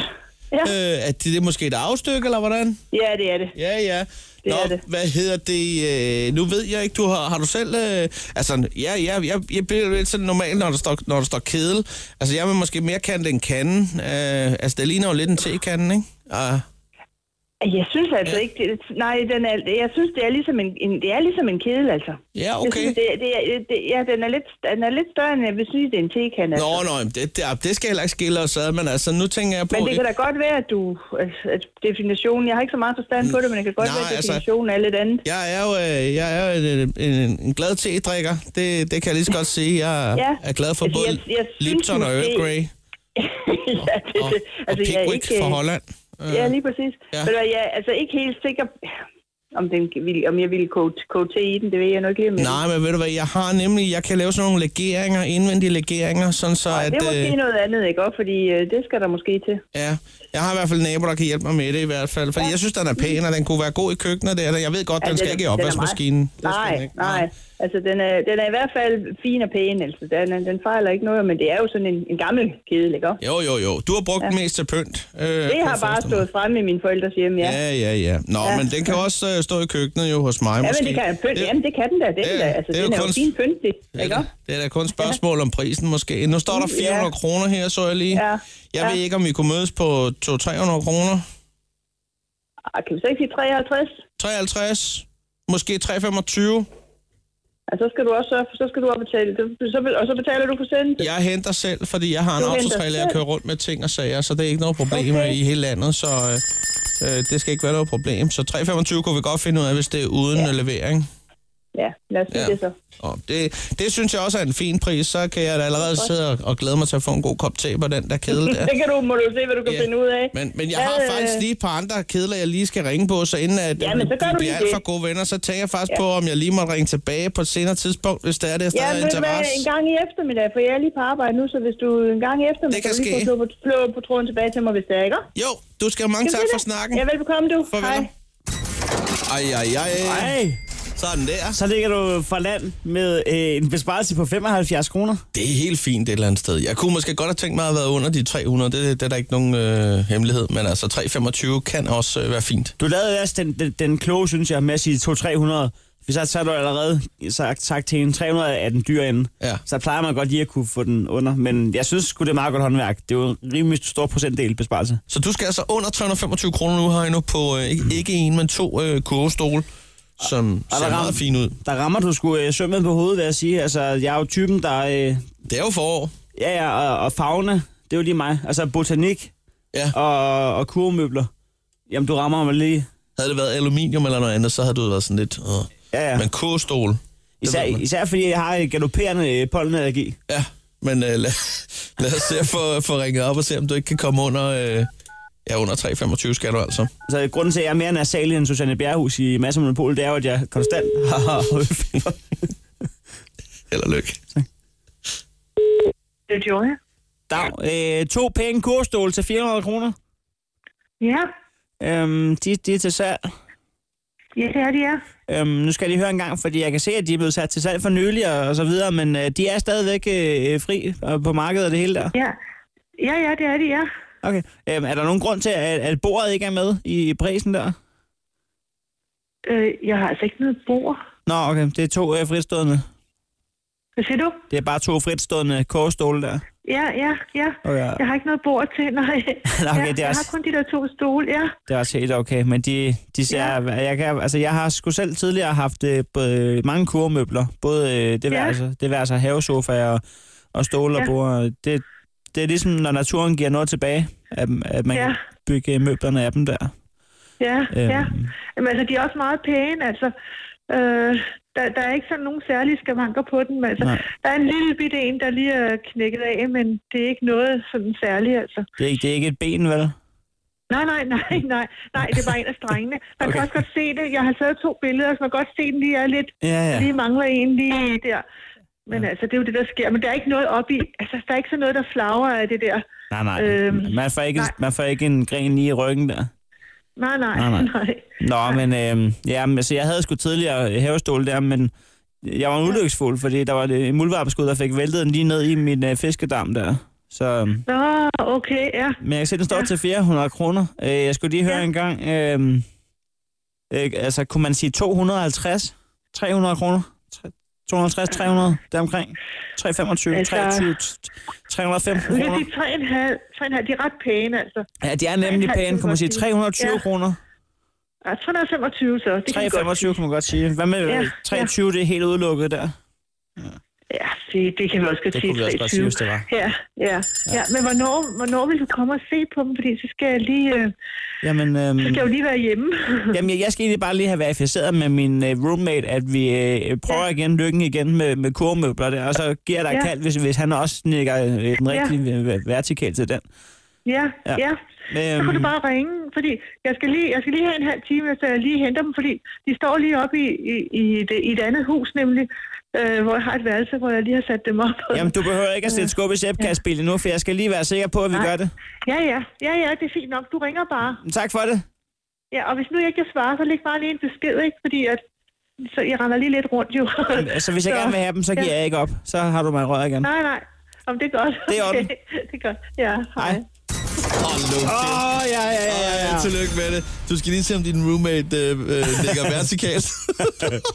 Speaker 5: Ja.
Speaker 4: Øh, er det, det er måske et afstykke, eller hvordan?
Speaker 5: Ja, det er det.
Speaker 4: Ja, ja.
Speaker 5: Det
Speaker 4: Nå,
Speaker 5: er det.
Speaker 4: hvad hedder det? Øh, nu ved jeg ikke, du har, har du selv... Øh, altså, ja, ja, jeg, jeg bliver lidt sådan normal, når der står, når der står kedel. Altså, jeg vil måske mere kante en kande. Øh, altså, det ligner jo lidt en tekande, ikke? Ah,
Speaker 5: Jeg synes altså ikke, det, nej, den er, jeg synes, det er ligesom en, en, det er ligesom en kedel, altså.
Speaker 4: ja,
Speaker 5: Jeg
Speaker 4: okay.
Speaker 5: synes, det, det, er- det, ja, den er, lidt, den er lidt større, end jeg vil sige, det er en tekande. Altså.
Speaker 4: Nå, nå, men det, det, det skal heller ikke skille os ad, men altså, nu tænker jeg på...
Speaker 5: Men det kan da godt være, at du... altså, At definitionen... Jeg har ikke så meget forstand på det, men det kan godt
Speaker 4: Nej,
Speaker 5: være, at
Speaker 4: altså-
Speaker 5: definitionen er lidt andet.
Speaker 4: Jeg er jo, øh, jeg er jo en, en, en glad te-drikker. Det, det kan jeg lige så godt sige. Jeg
Speaker 5: Ja.
Speaker 4: er glad for
Speaker 5: Altså,
Speaker 4: både
Speaker 5: jeg- jeg synes
Speaker 4: Lipton og
Speaker 5: måske-
Speaker 4: Earl Grey.
Speaker 5: ja, det,
Speaker 4: og,
Speaker 5: det-
Speaker 4: og
Speaker 5: altså, jeg er
Speaker 4: Pickwick
Speaker 5: ikke,
Speaker 4: fra Holland. Øh,
Speaker 5: Ja, lige præcis.
Speaker 4: Ja.
Speaker 5: Ja. Men jeg er altså ikke helt sikker, om, den, ville- om jeg ville koge, koge te i den. Det ved jeg nok ikke. men-
Speaker 4: Nej, men ved du hvad, jeg har nemlig, jeg kan lave sådan nogle legeringer, indvendige legeringer, sådan så at...
Speaker 5: det er måske
Speaker 4: øh,
Speaker 5: noget andet, ikke? Også fordi øh, det skal der måske til.
Speaker 4: ja, jeg har i hvert fald en nabo, der kan hjælpe mig med det i hvert fald, for jeg synes, den er pæn, og den kunne være god i køkkenet, det er det. Jeg ved godt,
Speaker 5: Ja,
Speaker 4: den skal ikke i
Speaker 5: er meget-
Speaker 4: opvaskemaskinen. Det skal den
Speaker 5: Nej,
Speaker 4: ikke.
Speaker 5: nej. Altså, den er, den er i hvert fald fin og pæn. Altså, den, er- den fejler ikke noget, men det er jo sådan en, en gammel kedel, ikke? også?
Speaker 4: Jo, jo, jo. Du har brugt den mest til pynt. Øh,
Speaker 5: Det har bare stået frem i mine forældres hjem, ja.
Speaker 4: Ja, ja, ja. Nå, ja.
Speaker 5: Ja.
Speaker 4: men den kan også øh, stå i køkkenet jo hos mig,
Speaker 5: Ja,
Speaker 4: måske.
Speaker 5: men det kan, pynt,
Speaker 4: Det-
Speaker 5: jamen, det kan den da. Det,
Speaker 4: det-
Speaker 5: det, da. Altså,
Speaker 4: det er
Speaker 5: den
Speaker 4: jo
Speaker 5: er jo
Speaker 4: kunst.
Speaker 5: fint pyntlig,
Speaker 4: Det er
Speaker 5: ikke?
Speaker 4: da-
Speaker 5: også?
Speaker 4: Det er da kun et spørgsmål om prisen måske. Nu står der
Speaker 5: Mm,
Speaker 4: 400
Speaker 5: ja.
Speaker 4: kroner her, så jeg lige.
Speaker 5: Ja,
Speaker 4: Jeg ved
Speaker 5: ja.
Speaker 4: ikke, om vi kunne mødes på 200-300 kroner.
Speaker 5: Ej, Kan vi så ikke sige 53?
Speaker 4: 53, måske 325.
Speaker 5: Og Altså, så skal du også sørge for, så skal du også betale. det- Så, og så betaler du for sendet.
Speaker 4: Jeg henter selv, fordi jeg har en
Speaker 5: Du henter
Speaker 4: autotrailer, jeg
Speaker 5: selv?
Speaker 4: kører rundt med ting og sager, så det er ikke noget problem okay.
Speaker 5: Okay.
Speaker 4: i hele landet, så øh, øh, det skal ikke være noget problem. Så 325 kunne vi godt finde ud af, hvis det er uden ja. levering.
Speaker 7: ja, lad os sige
Speaker 4: Ja.
Speaker 7: ja. det så.
Speaker 4: Og det, det synes jeg også er en fin pris. Så kan jeg da allerede sidde og, og glæde mig til at få en god kop te på den der kedel der.
Speaker 7: Det kan du, må du se, hvad du kan
Speaker 4: Ja.
Speaker 7: yeah. finde ud af.
Speaker 4: Men, men jeg har
Speaker 7: Øh.
Speaker 4: faktisk lige et par andre kedler, jeg lige skal ringe på, så inden at
Speaker 7: Jamen, så gør
Speaker 4: vi
Speaker 7: du
Speaker 4: bliver
Speaker 7: lige
Speaker 4: alt
Speaker 7: det.
Speaker 4: for gode venner, så tænker jeg faktisk ja. på, om jeg lige må ringe tilbage på et senere tidspunkt, hvis der er det, hvis
Speaker 7: Ja,
Speaker 4: der er
Speaker 7: ved du hvad,
Speaker 4: interesse.
Speaker 7: en gang i eftermiddag, for jeg er lige på arbejde nu, så hvis du en gang i eftermiddag,
Speaker 4: Det kan
Speaker 7: så lige
Speaker 4: ske.
Speaker 7: få slå på, slå på tråden tilbage til mig, hvis det er, ikke?
Speaker 4: Jo, du skal have mange
Speaker 7: Skal vi
Speaker 4: tak
Speaker 7: det?
Speaker 4: for snakken.
Speaker 7: Ja, velbekomme du.
Speaker 4: Farvel.
Speaker 7: Hej.
Speaker 4: Ej, ej, ej.
Speaker 3: Ej,
Speaker 4: Sådan der.
Speaker 3: så ligger du fra land med øh, en besparelse på 75 kroner.
Speaker 4: Det er helt fint et eller andet sted. Jeg kunne måske godt have tænkt mig at have været under de 300. Det, det er der ikke nogen øh, hemmelighed, men altså 325 kan også øh, være fint.
Speaker 3: Du lavede også den, den, den kloge, synes jeg, med at sige 200-300. Hvis så, så har du allerede sagt, sagt til en 300 er den dyre ende.
Speaker 4: Ja.
Speaker 3: Så plejer man godt lige at kunne få den under. Men jeg synes sgu, det er meget godt håndværk. Det er jo en rimelig stor procentdel besparelse.
Speaker 4: Så du skal altså under 325 kroner nu, har nu på øh, ikke, ikke en, men to øh, kurvestole, som
Speaker 3: Og
Speaker 4: ser
Speaker 3: der
Speaker 4: meget
Speaker 3: rammer-
Speaker 4: fint ud.
Speaker 3: Der rammer du sgu øh, sømmet på hovedet, vil jeg sige. Altså, jeg er jo typen, der... Øh,
Speaker 4: Det er jo forår.
Speaker 3: ja, ja, og, og fauna, det er jo lige mig. Altså, botanik
Speaker 4: Ja.
Speaker 3: og, og kurvemøbler. Jamen, du rammer mig lige.
Speaker 4: Havde det været aluminium eller noget andet, så havde du været sådan lidt... Øh.
Speaker 3: Ja,
Speaker 4: Ja.
Speaker 3: ja.
Speaker 4: Men kurvestol, det
Speaker 3: Især,
Speaker 4: ved man.
Speaker 3: især fordi jeg har en galopperende øh, pollenallergi.
Speaker 4: Ja, men øh, lad, lad os se at få, få ringet op og se, om du ikke kan komme under... Øh, ja, under 325 skal du altså.
Speaker 3: Så grunden til, at jeg er mere nasal end Susanne Bjerrehus i Masser Monopol, det er jo, at jeg konstant har højfeber.
Speaker 4: Held og lykke.
Speaker 5: Det er Joja.
Speaker 3: Dag. Øh, to pæne kurstål til 400 kroner.
Speaker 5: Ja,
Speaker 3: Øhm, de, de er til salg.
Speaker 5: ja, det er det, ja.
Speaker 3: Øhm, nu skal jeg lige høre en gang, fordi jeg kan se, at de er blevet sat til salg for nylig og, og så videre, men øh, de er stadigvæk øh, fri og på markedet og det hele der.
Speaker 5: Ja, ja, ja det er det, ja.
Speaker 3: Okay. Øhm, er der nogen grund til, at, at bordet ikke er med i prisen der?
Speaker 5: Øh, jeg har altså ikke noget bord.
Speaker 3: Nå, okay. Det er to øh, fritstående.
Speaker 5: Hvad siger du?
Speaker 3: Det er bare to fritstående korstole der.
Speaker 5: Ja, ja, ja.
Speaker 3: Okay.
Speaker 5: Jeg har ikke noget bord til, nej.
Speaker 3: Nå, okay,
Speaker 5: ja,
Speaker 3: det er
Speaker 5: jeg
Speaker 3: også-
Speaker 5: har kun de der to stole, ja.
Speaker 3: Det er også helt okay, men de, de ser, ja. jeg, kan, altså, jeg har sgu selv tidligere haft øh, både, mange kurmøbler, både øh, det, ja. værelse, det værelse havesofaer og, og stole og
Speaker 5: Ja.
Speaker 3: bord. og Det, det er ligesom, når naturen giver noget tilbage, at, at man ja.
Speaker 5: Ja.
Speaker 3: kan bygge møblerne af dem der.
Speaker 5: Ja,
Speaker 3: Øhm.
Speaker 5: øhm. ja. Jamen, altså, de er også meget pæne, altså. Øh, der, der er ikke sådan nogen særlige skavanker på den, men altså,
Speaker 3: Nej.
Speaker 5: der er en lille bitte en, der lige er knækket af, men det er ikke noget sådan særligt, altså.
Speaker 3: Det er, ikke- det er ikke et ben, vel?
Speaker 5: Nej, nej, nej,
Speaker 3: Mm.
Speaker 5: nej, nej, det var en af strengene. Man okay. kan også godt se det. Jeg har taget to billeder, så man kan godt se, den lige er lidt,
Speaker 3: Ja,
Speaker 5: ja.
Speaker 3: ja.
Speaker 5: lige mangler en lige der. Men altså, det er jo det, der sker. Men der er ikke noget op i, altså, der er ikke sådan noget, der flager af det der.
Speaker 3: Nej, nej.
Speaker 5: Øhm,
Speaker 3: man, får ikke,
Speaker 5: nej.
Speaker 3: man får ikke en gren lige i ryggen der.
Speaker 5: Nej, nej,
Speaker 3: Nej, nej.
Speaker 5: nej. nej.
Speaker 3: Nå, men øh, ja, men, altså, jeg havde sgu tidligere havestol der, men jeg var en ulykkesfuld, fordi der var et- en muldvarpeskud, der fik væltet den lige ned i min øh, fiskedam der. Så, øh,
Speaker 5: Nå, okay, ja.
Speaker 3: men jeg kan se, den står ja. til 400 kroner. Øh, jeg skulle lige høre ja.
Speaker 5: Ja.
Speaker 3: en gang, øh, øh, altså kunne man sige 250, 300 kroner? Tre- 250, 300, deromkring. 325,
Speaker 5: Altså-
Speaker 3: 23, 315
Speaker 5: Vi kan
Speaker 3: kroner.
Speaker 5: sige 3,5. 3,5, de er ret pæne, altså.
Speaker 3: Ja, de er nemlig
Speaker 5: 3,5
Speaker 3: pæne, kunne man sige.
Speaker 5: kunne
Speaker 3: 320
Speaker 5: godt
Speaker 3: ja.
Speaker 5: sige.
Speaker 3: kroner.
Speaker 5: Ja, 325 så. Det kan vi godt.
Speaker 3: 325 kan man godt sige. Hvad med
Speaker 5: Ja,
Speaker 3: ja.
Speaker 5: ja.
Speaker 3: 23, det er helt udelukket der?
Speaker 5: Ja, det, det kan vi også godt
Speaker 3: Det
Speaker 5: sige.
Speaker 3: kunne vi også godt sige, hvis det var.
Speaker 5: Ja, ja, ja. Men hvornår, hvornår vil du komme og se på dem? Fordi så skal jeg lige, øh,
Speaker 3: Jamen, øhm,
Speaker 5: så skal jeg jo lige være hjemme.
Speaker 3: jamen, jeg- jeg skal egentlig bare lige have verificeret med min øh, roommate, at vi øh, prøver ja. igen lykken igen med, med kurmøbler der, og så giver der ja.
Speaker 5: Ja.
Speaker 3: kald, hvis, hvis han også nikker øh, den rigtige ja. vertikal til den. Øhm,
Speaker 5: ja,
Speaker 3: Ja.
Speaker 5: ja. ja. Så kan du bare ringe, fordi jeg skal lige, jeg skal lige have en halv time, så jeg lige henter dem, fordi de står lige oppe i, i, i, et, i et andet hus, nemlig, øh, hvor jeg har et værelse, hvor jeg lige har sat dem op.
Speaker 3: Jamen, du behøver ikke at sætte skub i sæbkastbilen nu, for jeg skal lige være sikker på, at vi
Speaker 5: Nej.
Speaker 3: gør det.
Speaker 5: Ja, ja, ja, ja, det er fint nok. Du ringer bare.
Speaker 3: Men Tak for det.
Speaker 5: Ja, og hvis nu jeg ikke kan svare, så læg bare lige en besked, ikke? Fordi at, så jeg render lige lidt rundt, jo.
Speaker 3: Altså, hvis jeg gerne vil have dem, så giver
Speaker 5: ja.
Speaker 3: jeg ikke op. Så har du mig i røret igen.
Speaker 5: Nej, nej. Om det er godt.
Speaker 3: Det er
Speaker 5: okay.
Speaker 3: orden.
Speaker 5: Det er godt. Ja, hej.
Speaker 3: Hej.
Speaker 5: hej.
Speaker 4: Hold nu kæft.
Speaker 3: Åh, ja, ja, ja, ja,
Speaker 4: Ja.
Speaker 3: ja.
Speaker 4: Tillykke med det. Du skal lige se, om din roommate øh, øh, ligger vertikalt.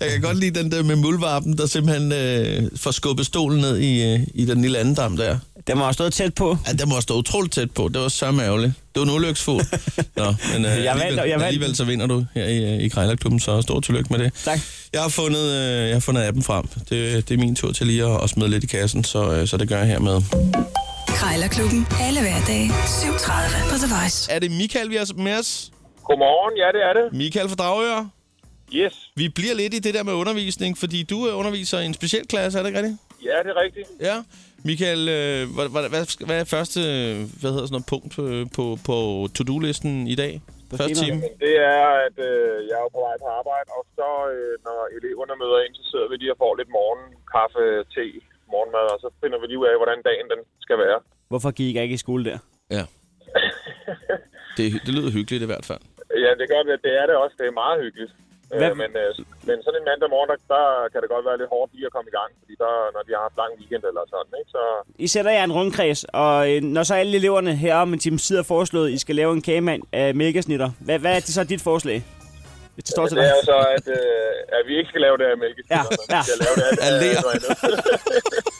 Speaker 4: jeg kan godt lide den der med muldvarpen, der simpelthen øh, får skubbet stolen ned i, øh, i den lille anden dam der.
Speaker 3: Den var også stået tæt på.
Speaker 4: Ja, den må stå utroligt tæt på. Det var så ærgerligt. Det var en ulyksfugl. Nå, men øh,
Speaker 3: vandt,
Speaker 4: alligevel,
Speaker 3: jeg vandt.
Speaker 4: alligevel så vinder du her i, øh, i Krejlerklubben, så stort tillykke med det.
Speaker 3: Tak.
Speaker 4: Jeg har fundet, øh, jeg har fundet appen frem. Det, det er min tur til lige at, at smide lidt i kassen, så, øh, så det gør jeg hermed.
Speaker 2: Krejlerklubben. Alle hverdage. 7.30 på The Voice.
Speaker 4: Er det Michael, vi har med os?
Speaker 9: Godmorgen, ja det er det.
Speaker 4: Michael fra Dragør?
Speaker 6: Yes.
Speaker 4: Vi bliver lidt i det der med undervisning, fordi du øh, underviser i en speciel klasse, er det ikke rigtigt?
Speaker 6: Ja, det er rigtigt.
Speaker 4: Ja. Michael, øh, hvad, hvad, hvad, hvad er første øh, hvad hedder sådan noget, punkt øh, på, på to-do-listen i dag? Første time?
Speaker 3: skemaet.
Speaker 9: Det er, at øh, jeg er på vej på arbejde, og så øh, når eleverne møder ind, så sidder vi lige og får lidt morgenkaffe, te, morgenmad, og så finder vi lige ud af, hvordan dagen den skal være.
Speaker 3: Hvorfor gik jeg ikke i skole der?
Speaker 4: Ja. Det, det lyder hyggeligt i hvert fald.
Speaker 9: Ja, det gør det. Det er det også. Det er meget hyggeligt.
Speaker 3: Hvad-
Speaker 9: Øh, men, øh, men sådan en mandag morgen, der, der kan det godt være lidt hårdt lige at komme i gang, fordi der, når de har haft lang weekend eller sådan, ikke? så
Speaker 3: I sætter jer en rundkreds, og øh, når så alle eleverne her om en time siden har foreslået, at I skal lave en kagemand af mælkesnitter, hvad, hvad er det så dit forslag? Hvis det står til
Speaker 9: det
Speaker 3: dig.
Speaker 9: er jo så, at, øh, at vi ikke skal lave det af mælkesyre,
Speaker 3: Ja,
Speaker 9: men
Speaker 3: ja.
Speaker 9: vi skal lave det øh, af,
Speaker 4: Af ler.
Speaker 9: af noget andet.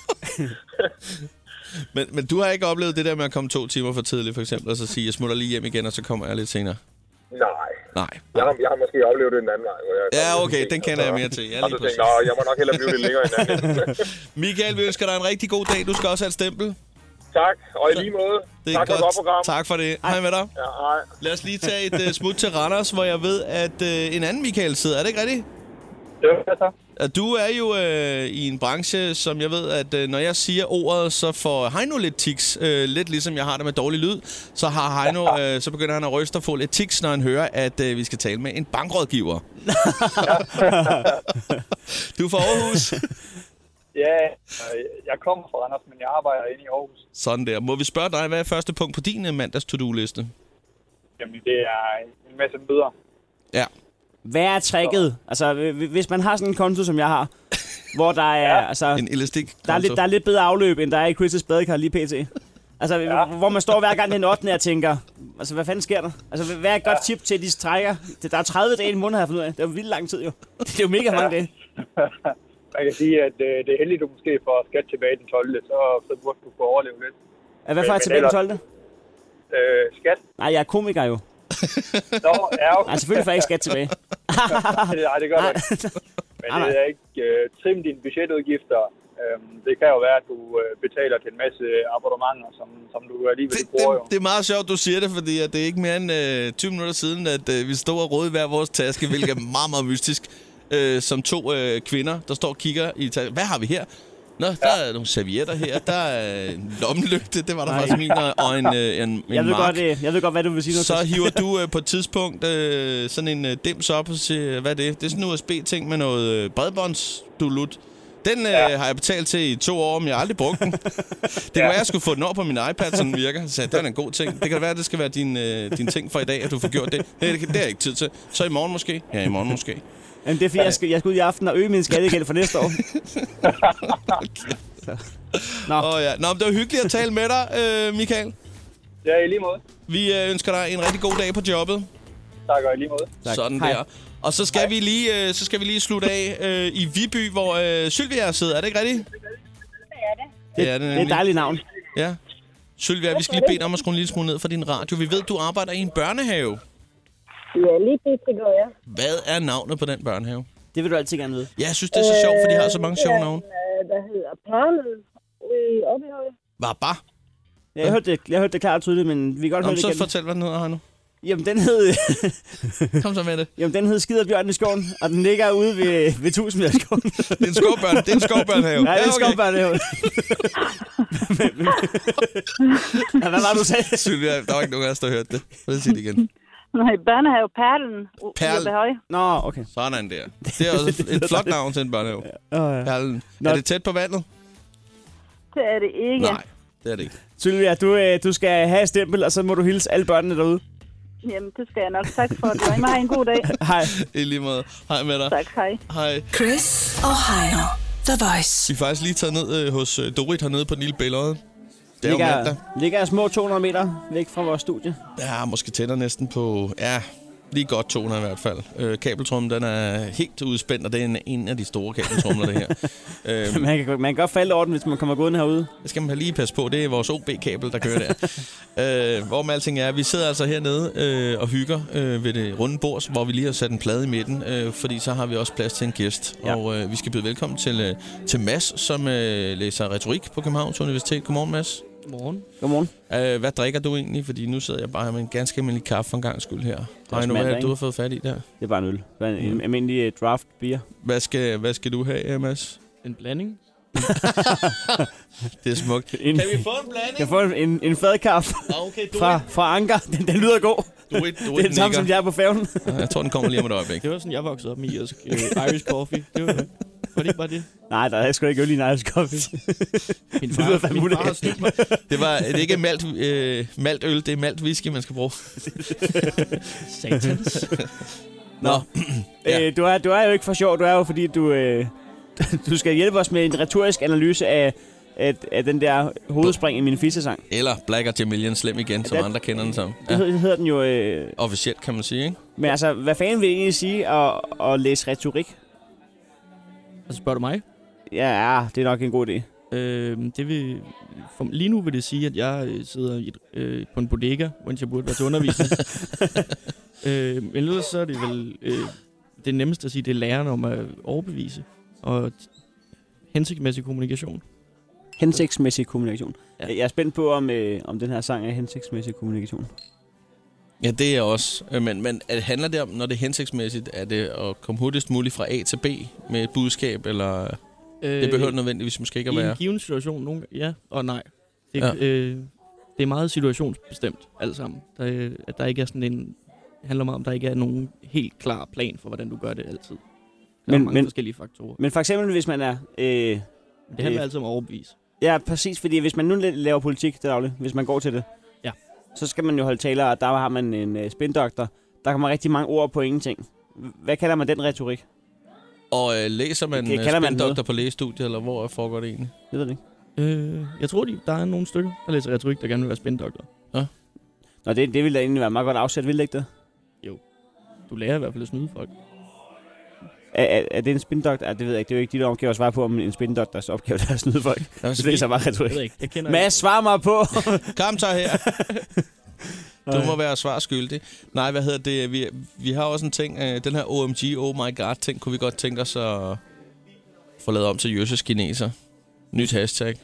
Speaker 4: Men, men du har ikke oplevet det der med at komme to timer for tidligt, for eksempel, og så sige, jeg smutter lige hjem igen, og så kommer jeg lidt senere?
Speaker 9: Nej.
Speaker 4: Nej.
Speaker 9: Jeg har, jeg har måske oplevet det en anden vej. Hvor jeg
Speaker 4: Ja, okay, den kender jeg mere til. Ja,
Speaker 9: og
Speaker 4: lige
Speaker 9: så tænkte
Speaker 4: præcis.
Speaker 9: jeg, "Nå, jeg må nok hellere blive lidt længere end anden.
Speaker 4: Michael, vi ønsker dig en rigtig god dag. Du skal også have et stempel.
Speaker 9: tak, og i lige måde.
Speaker 4: Det er
Speaker 9: tak for et godt program.
Speaker 4: godt. Tak for det. Hej, Hej med dig.
Speaker 9: Ja, hej.
Speaker 4: Lad os lige tage et uh, smut til Randers, hvor jeg ved, at uh, en anden Michael sidder. Er det ikke rigtigt?
Speaker 9: Ja, tak.
Speaker 4: At du er jo øh, i en branche, som jeg ved, at øh, når jeg siger ordet, så får Heino lidt tics. Øh, lidt ligesom jeg har det med dårlig lyd. Så har Heino, øh, så begynder han at ryste og få lidt tics, når han hører, at øh, vi skal tale med en bankrådgiver. du er fra Aarhus.
Speaker 10: Ja, øh, jeg kommer fra Randers, men jeg arbejder inde i Aarhus.
Speaker 4: Sådan der. Må vi spørge dig, hvad er første punkt på din øh, mandags to-do-liste?
Speaker 10: Jamen, det er en masse møder.
Speaker 4: Ja.
Speaker 3: Hvad er tricket? Altså, hvi- hvi- hvis man har sådan en konto, som jeg har, hvor der er, ja, altså,
Speaker 4: En elastik.
Speaker 3: der, er lidt, der er lidt bedre afløb, end der er i Chris' badekar lige pt. Altså, ja. hvor man står hver gang den 8. og tænker, altså, hvad fanden sker der? Altså, hvad er et godt tip til de strækker? Det- Der er 30 dage i en måned, har jeg fundet ud af. Det er jo vildt lang tid, jo. Det er jo mega mange dage.
Speaker 10: Man kan sige, at øh, det er heldigt, du måske får skat tilbage den 12. Så, så burde du kunne overleve lidt.
Speaker 3: Hvad for er
Speaker 10: Men
Speaker 3: tilbage den
Speaker 10: ellers-
Speaker 3: 12.
Speaker 10: Øh, skat?
Speaker 3: Nej, jeg er komiker jo.
Speaker 10: Nå, er jo.
Speaker 3: Nej, selvfølgelig får jeg ikke skat tilbage.
Speaker 10: Nej, det gør du ikke. Men
Speaker 3: Nej, nej.
Speaker 10: det er ikke øh, trim dine budgetudgifter. Øhm, det kan jo være, at du øh, betaler til en masse abonnementer, som, som du alligevel
Speaker 4: Det,
Speaker 10: ikke bruger jo.
Speaker 4: det, det er meget sjovt, du siger det, fordi at det er ikke mere end øh, 20 minutter siden, at øh, vi stod og rodede hver vores taske, hvilket er meget, meget mystisk, øh, som to øh, kvinder, der står og kigger i tasken. Hvad har vi her? Nå, der er nogle servietter her, der er en lommelygte, det var der
Speaker 3: Nej.
Speaker 4: faktisk min, og og en, øh, en, en
Speaker 3: Jeg ved,
Speaker 4: mark.
Speaker 3: godt, øh, jeg ved godt, hvad du vil sige nu.
Speaker 4: Så hiver du øh, på et tidspunkt øh, sådan en øh, dims op og siger, hvad er det? Det er sådan en USB-ting med noget øh, bredbåndsdulut. Den øh, ja. har jeg betalt til i to år, men jeg har aldrig brugt den. det kunne være, jeg skulle få den over på min iPad, så den virker. Så sagde, jeg, det er da en god ting. Det kan da være, det skal være din, øh, din ting for i dag, at du får gjort det. Nej, det, kan- det har jeg ikke tid til. Så i morgen måske? Ja, i morgen måske.
Speaker 3: Jamen, det er fordi, jeg skal, jeg skal ud i aften og øge min skattegæld for næste år.
Speaker 4: Åh, ja. Nå, men det var hyggeligt at tale med dig, øh, Michael.
Speaker 10: Ja, i lige måde.
Speaker 4: Vi øh, ønsker dig en rigtig god dag på jobbet.
Speaker 10: Tak, og i lige måde.
Speaker 4: Tak. Sådan
Speaker 3: Hej.
Speaker 4: der. Og så skal, vi lige, øh, så skal vi lige slutte af øh, i Viby, hvor øh, Sylvia sidder. Er det ikke rigtigt? Det er det.
Speaker 3: Det er et dejligt navn.
Speaker 4: Ja. Sylvia, vi skal lige bede dig om at skrue en lille smule ned for din radio. Vi ved, du arbejder i en børnehave.
Speaker 7: Ja, lige det, det gør jeg.
Speaker 4: Hvad er navnet på den børnehave?
Speaker 3: Det vil du altid gerne vide.
Speaker 4: Ja, jeg synes, det er så sjovt, for de har så mange sjove navne.
Speaker 7: Der hedder Perlen i Oppehøj.
Speaker 4: Vabba.
Speaker 3: Jeg hørte det, jeg hørte det klart og tydeligt, men vi kan godt
Speaker 4: Nå,
Speaker 3: høre
Speaker 4: men
Speaker 3: det
Speaker 4: så
Speaker 3: igen.
Speaker 4: fortæl, hvad den hedder her nu.
Speaker 3: Jamen, den hed,
Speaker 4: Kom så med det.
Speaker 3: jamen, den hed Skiderbjørn i skoven, og den ligger ude ved, ved Tusindbjergskoven.
Speaker 4: Det er en skovbørn. Det er en skovbørnehave.
Speaker 3: Nej, det er
Speaker 4: Ja, okay.
Speaker 3: skovbørnehaven. Ja, Hvad var det, du sagde?
Speaker 4: Sylvia, der var ikke nogen af os, der hørte det. Lad os sige det igen.
Speaker 11: Nej, børnehave Perlen. u-
Speaker 4: Perlen.
Speaker 11: i Åbyhøj.
Speaker 3: Nå, okay.
Speaker 4: Sådan der. Det er også et flot navn til en børnehave.
Speaker 3: Åh, ja.
Speaker 4: Perlen. Er det tæt på vandet?
Speaker 11: Det er det ikke.
Speaker 4: Nej, det er det ikke.
Speaker 3: Sylvia, du, øh, du skal have et stempel, og så må du hilse alle børnene derude.
Speaker 11: Jamen, det skal jeg nok. Tak for det. Og I må have en god dag.
Speaker 3: Hej.
Speaker 4: I lige måde. Hej med dig.
Speaker 11: Tak, hej.
Speaker 4: Hej.
Speaker 2: Chris og Heino. The Voice.
Speaker 4: Vi er faktisk lige taget ned øh, hos øh, Dorit hernede på den lille billede. Det er jo
Speaker 3: Ligger,
Speaker 4: mandag.
Speaker 3: ligger små 200 meter væk fra vores studie.
Speaker 4: Ja, måske tættere næsten på... Ja, lige godt 200 i hvert fald. Øh, kabeltrummen, den er helt udspændt, og det er en, en af de store kabeltrumler, det her. Øh,
Speaker 3: Man kan, man kan godt falde over den, hvis man kommer gående herude.
Speaker 4: det skal man lige passe på. Det er vores OB-kabel, der kører der. øh, hvor med alting er, vi sidder altså hernede øh, og hygger øh, ved det runde bord, hvor vi lige har sat en plade i midten, øh, fordi så har vi også plads til en gæst.
Speaker 3: Ja.
Speaker 4: Ja. Og øh, vi skal byde velkommen til, øh, til Mads, som øh, læser retorik på Københavns Universitet. Godmorgen, Mads.
Speaker 12: Godmorgen.
Speaker 3: Godmorgen.
Speaker 4: Øh, hvad drikker du egentlig? Fordi nu sidder jeg bare med en ganske almindelig kaffe for en gang skyld her.
Speaker 3: også
Speaker 4: Ej, nu, hvad
Speaker 3: mandag,
Speaker 4: er det, du
Speaker 3: ikke?
Speaker 4: har fået fat i der?
Speaker 3: Det er bare en øl. Bare en,
Speaker 4: Mm.
Speaker 3: en almindelig uh, draft beer.
Speaker 4: Hvad skal, hvad skal du have, Mads?
Speaker 12: En blanding?
Speaker 4: det er smukt.
Speaker 3: En,
Speaker 4: kan vi få en blanding?
Speaker 3: Jeg får en, en, en fadkaffe
Speaker 4: Okay, du er
Speaker 3: fra, fra Anker. Den, den lyder god.
Speaker 4: Du er ikke- du er
Speaker 3: det er
Speaker 4: ikke
Speaker 3: den samme,
Speaker 4: nikker.
Speaker 3: som jeg er på færgen.
Speaker 4: Jeg tror, den kommer lige om et øjeblik.
Speaker 12: Det var sådan, jeg voksede op med irsk, øh, Irish coffee. Det var, var det ikke bare det?
Speaker 3: Nej, der er sgu ikke øl i en Irish coffee.
Speaker 12: Min
Speaker 3: Det lyder
Speaker 12: far,
Speaker 3: fandme
Speaker 12: min far har
Speaker 3: ulækkert.
Speaker 12: snydt mig.
Speaker 4: Det, var, det er ikke malt, øh, malt øl, det er malt whisky, man skal bruge.
Speaker 12: Satans.
Speaker 4: Nå. Ja.
Speaker 3: Øh, du, er, du er jo ikke for sjov, du er jo fordi, du, øh, du skal hjælpe os med en retorisk analyse af, af, af den der hovedspring i min fissesang.
Speaker 4: Eller Black og Jamilian Slim igen, som
Speaker 3: Ja,
Speaker 4: andre kender den som.
Speaker 3: Det
Speaker 4: Ja.
Speaker 3: hed- det hedder den jo... Øh,
Speaker 4: Officielt kan man sige, ikke?
Speaker 3: men altså, hvad fanden vil det egentlig sige at, at læse retorik?
Speaker 12: Og så Altså, spørger du mig.
Speaker 3: Ja, ja, det er nok en god idé.
Speaker 12: Øh, det vil, for, lige nu vil det sige, at jeg øh, sidder i et, øh, på en bodega, mens jeg burde være til undervisning. øh, men ellers så er det vel øh, det nemmeste at sige, det er læreren om at overbevise. Og t- hensigtsmæssig kommunikation.
Speaker 3: Hensigtsmæssig kommunikation.
Speaker 12: Ja.
Speaker 3: Ja. Jeg er spændt på, om, øh, om den her sang er hensigtsmæssig kommunikation.
Speaker 4: Ja, det er jeg også. Øh, Men, men er- handler det om, når det er hensigtsmæssigt, er det at komme hurtigst muligt fra A til B med et budskab, eller øh, det behøver det nødvendigvis måske ikke at
Speaker 12: I en
Speaker 4: være?
Speaker 12: given situation, nogle, ja og nej. Det,
Speaker 4: Ja.
Speaker 12: ja. øh, det er meget situationsbestemt, alt sammen. Der, øh, at der ikke er sådan en... Det handler meget om, at der ikke er nogen helt klar plan for, hvordan du gør det altid. Der men, er
Speaker 3: Men-
Speaker 12: mange
Speaker 3: men-
Speaker 12: forskellige faktorer.
Speaker 3: Men for eksempel, hvis man er... Øh,
Speaker 12: Men det handler
Speaker 3: øh,
Speaker 12: altid om at overbevise.
Speaker 3: Ja, præcis, fordi hvis man nu laver politik til daglig, hvis man går til det,
Speaker 12: Ja.
Speaker 3: så skal man jo holde taler, og der har man en uh, spindoktor. Der kommer rigtig mange ord på ingenting. Hvad kalder man den retorik?
Speaker 4: Og øh, læser man,
Speaker 3: Det
Speaker 4: det,
Speaker 3: kalder man
Speaker 4: man doktor på lægestudiet, eller hvor foregår det egentlig?
Speaker 3: Jeg ved det ikke.
Speaker 12: Øh, jeg tror, de, der er nogle stykker, der læser retorik, der gerne vil være spændoktor.
Speaker 3: Nå, det, det ville da egentlig være meget godt afsæt, ville det ikke det?
Speaker 12: Du lærer i hvert fald at snyde folk.
Speaker 3: Er, er, er det en spindoktor? Ja, det ved jeg ikke. Det er jo ikke dit opgave at svare på, om en spindoktors opgave der er at snyde folk.
Speaker 4: Nå,
Speaker 3: Så det er så meget
Speaker 12: Jeg ved
Speaker 3: retorik.
Speaker 12: ikke, jeg kender
Speaker 3: Mads, svar mig på!
Speaker 4: Kom så her. Du må være svar skyldig. Nej, hvad hedder det? Vi, vi har også en ting. Øh, den her OMG, oh my god ting, kunne vi godt tænke os at få lavet om til Jøsses Kineser. Nyt hashtag.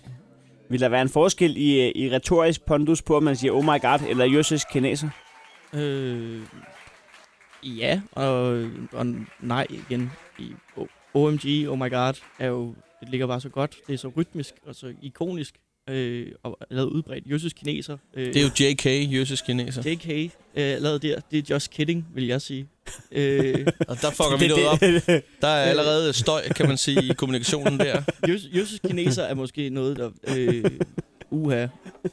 Speaker 3: Vil der være en forskel i, øh, i retorisk pondus på, om man siger, oh my god, eller jøsses kineser?
Speaker 12: Øh, ja, og, og nej igen. I, O- OMG, oh my god, er jo, det ligger bare så godt. Det er så rytmisk og så ikonisk. Øh, og er lavet udbredt. Jøsses kineser. Øh,
Speaker 4: Det er jo JK, Jøsses Kineser.
Speaker 12: JK øh, lavet der. Det er just kidding, vil jeg sige. øh,
Speaker 4: Og der fucker vi noget op. Der er allerede støj, kan man sige, i kommunikationen der.
Speaker 12: Jøs, Jøsses kineser er måske noget, der... Øh, uha.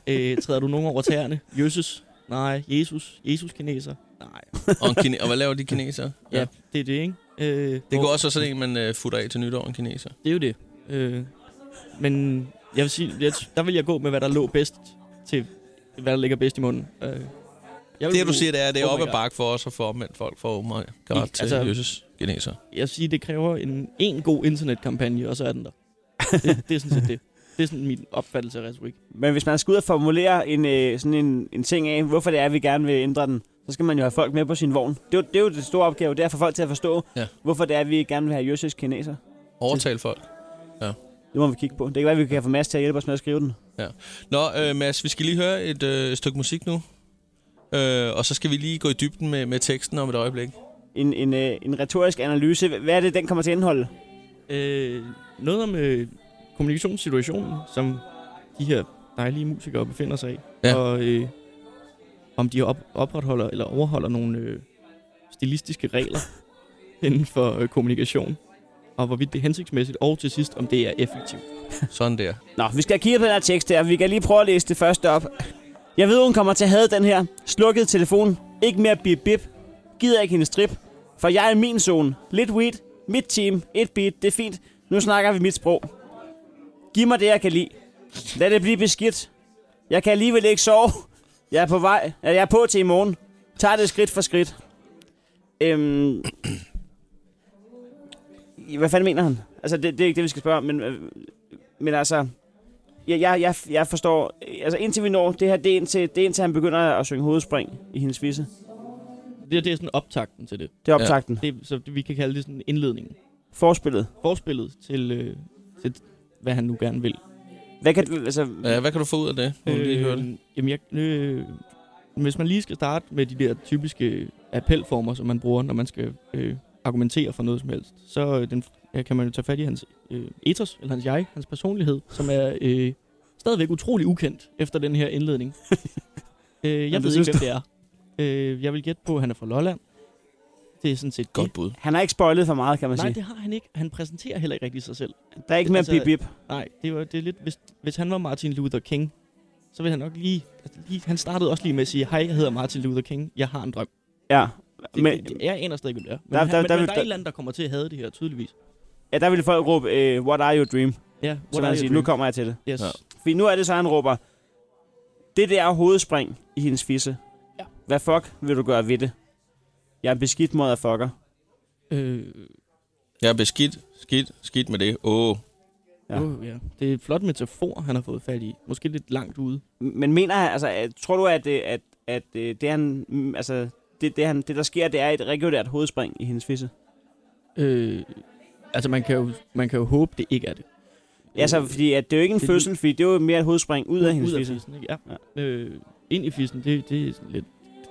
Speaker 12: Øh, træder du nogen over tæerne? Jøsses? Nej. Jesus? Jesus kineser? Nej.
Speaker 4: Og, en kine- og hvad laver de kinesere?
Speaker 12: Ja, det er det, ikke? Øh,
Speaker 4: Det
Speaker 12: hvor-
Speaker 4: går også være sådan en, man øh, futter af til nytår, en kineser.
Speaker 12: Det er jo det. Øh, men jeg vil sige, jeg, der vil jeg gå med, hvad der lå bedst til, hvad der ligger bedst i munden. Øh, jeg vil
Speaker 4: Det, du
Speaker 12: bruge-
Speaker 4: siger, det er, at det er
Speaker 12: Oh my
Speaker 4: op ad
Speaker 12: God.
Speaker 4: bakke for os at få omvendt folk for oh my god
Speaker 12: I-
Speaker 4: til
Speaker 12: altså-
Speaker 4: Jøsses Kineser.
Speaker 12: Jeg vil sige, det kræver en, en god internetkampagne, og så er den der. Det, det er sådan set det. Det er sådan min opfattelse af retorik.
Speaker 3: Men hvis man skal ud og formulere en, øh, sådan en, en ting af, hvorfor det er, at vi gerne vil ændre den, så skal man jo have folk med på sin vogn. Det er, jo- det er jo den store opgave, det er at få folk til at forstå,
Speaker 4: Ja.
Speaker 3: hvorfor det er, at vi gerne vil have jøsses kineser.
Speaker 4: Overtal folk.
Speaker 3: Det må vi kigge på. Det kan være, at vi kan få Mads til at hjælpe os med at skrive den.
Speaker 4: Nå, øh, Mads, vi skal lige høre et øh, stykke musik nu. Øh, og så skal vi lige gå i dybden med, med teksten om et øjeblik.
Speaker 3: En, en, øh, en retorisk analyse. Hvad er det, den kommer til at indeholde?
Speaker 12: Øh, noget om øh, kommunikationssituationen, som de her dejlige musikere befinder sig i.
Speaker 4: Ja.
Speaker 12: Og øh, om de op, opretholder eller overholder nogle øh, stilistiske regler inden for øh, kommunikation. Og hvorvidt det er hensigtsmæssigt, og til sidst, om det er effektivt.
Speaker 4: Sådan der.
Speaker 3: Nå, vi skal kigge på den her tekst her. Vi kan lige prøve at læse det første op. Jeg ved, hun kommer til at have den her. Slukket telefon. Ikke mere bip bip. Gider ikke hendes strip. For jeg er i min zone. Lidt weed. Mit team. Et beat. Det er fint. Nu snakker vi mit sprog. Giv mig det, jeg kan lide. Lad det blive beskidt. Jeg kan alligevel ikke sove. Jeg er på vej. Ja, Jeg er på til i morgen. Tag det skridt for skridt. Øhm... Hvad fanden mener han? Altså, det, det er ikke det, vi skal spørge om, men øh, men altså, jeg, jeg, jeg, jeg forstår, altså indtil vi når det her, det er indtil, det er indtil han begynder at synge hovedspring i hendes visse.
Speaker 12: Det, det er sådan optakten til det.
Speaker 3: Det er optakten. Ja.
Speaker 12: det er- så det, vi kan kalde det sådan indledningen.
Speaker 3: Forspillet.
Speaker 12: Forspillet til, øh, til, hvad han nu gerne vil.
Speaker 3: Hvad kan, du- altså,
Speaker 4: Ja, hvad kan du få ud af det? Nu vil jeg lige høre det.
Speaker 12: Øh, Jamen, jeg, øh, hvis man lige skal starte med de der typiske appelformer, som man bruger, når man skal øh, argumentere for noget som helst, så øh, den, ja, kan man jo tage fat i hans øh, ethos, eller hans jeg, hans personlighed, som er øh, stadigvæk utrolig ukendt efter den her indledning. øh, jeg
Speaker 3: det
Speaker 12: ved
Speaker 3: synes
Speaker 12: ikke, hvem
Speaker 3: du?
Speaker 12: det er. Øh, jeg vil gætte på, at han er fra Lolland. Det er sådan set
Speaker 4: Godt
Speaker 12: det.
Speaker 4: bud.
Speaker 3: Han har ikke spoilet for meget, kan man
Speaker 12: Nej,
Speaker 3: sige.
Speaker 12: det altså- har han ikke. Han præsenterer heller ikke rigtig sig selv.
Speaker 3: Der er ikke mere bip, bip.
Speaker 12: Nej, det, var, det er lidt... Hvis, hvis han var Martin Luther King, så ville han nok lige, altså lige... Han startede også lige med at sige, hej, jeg hedder Martin Luther King, jeg har en drøm.
Speaker 3: Ja. Men-
Speaker 12: Det, men, det, det, jeg aner stadig ikke, hvem det er. Men,
Speaker 3: Der- der-
Speaker 12: der, der, men,
Speaker 3: der
Speaker 12: der, men,
Speaker 3: vil-
Speaker 12: der, er
Speaker 3: der-
Speaker 12: et eller andet, der kommer til at have det her, tydeligvis.
Speaker 3: Ja, der ville folk råbe, øh, what are your dream?
Speaker 12: Ja, what
Speaker 3: så
Speaker 12: are
Speaker 3: man
Speaker 12: your
Speaker 3: sige,
Speaker 12: dream?
Speaker 3: nu kommer jeg til det.
Speaker 12: Yes. Ja.
Speaker 3: Fordi nu er det så, han råber, det der hovedspring i hendes fisse. Ja. Hvad fuck vil du gøre ved det? Jeg er en beskidt måde af fucker.
Speaker 12: Øh,
Speaker 4: Jeg er beskidt, skidt, skidt med det. Åh. Oh.
Speaker 3: Ja.
Speaker 12: ja. Uh, ja. Det er et flot metafor, han har fået fat i. Måske lidt langt ude.
Speaker 3: Men mener han, altså, at- tror du, at, øh, at, at øh, det, han, mm, altså, det, det, han, det, der sker, det er et regulært hovedspring i hendes fisse?
Speaker 12: Øh, altså, man kan, jo, man kan jo håbe, det ikke er det.
Speaker 3: Ja, altså, fordi at det er jo ikke en
Speaker 12: det-
Speaker 3: fødsel, fordi det er jo mere et hovedspring ud af hendes
Speaker 12: ud af
Speaker 3: fisse.
Speaker 12: fissen, ikke? Ja. ja. Øh, ind i fissen, det, det er sådan lidt,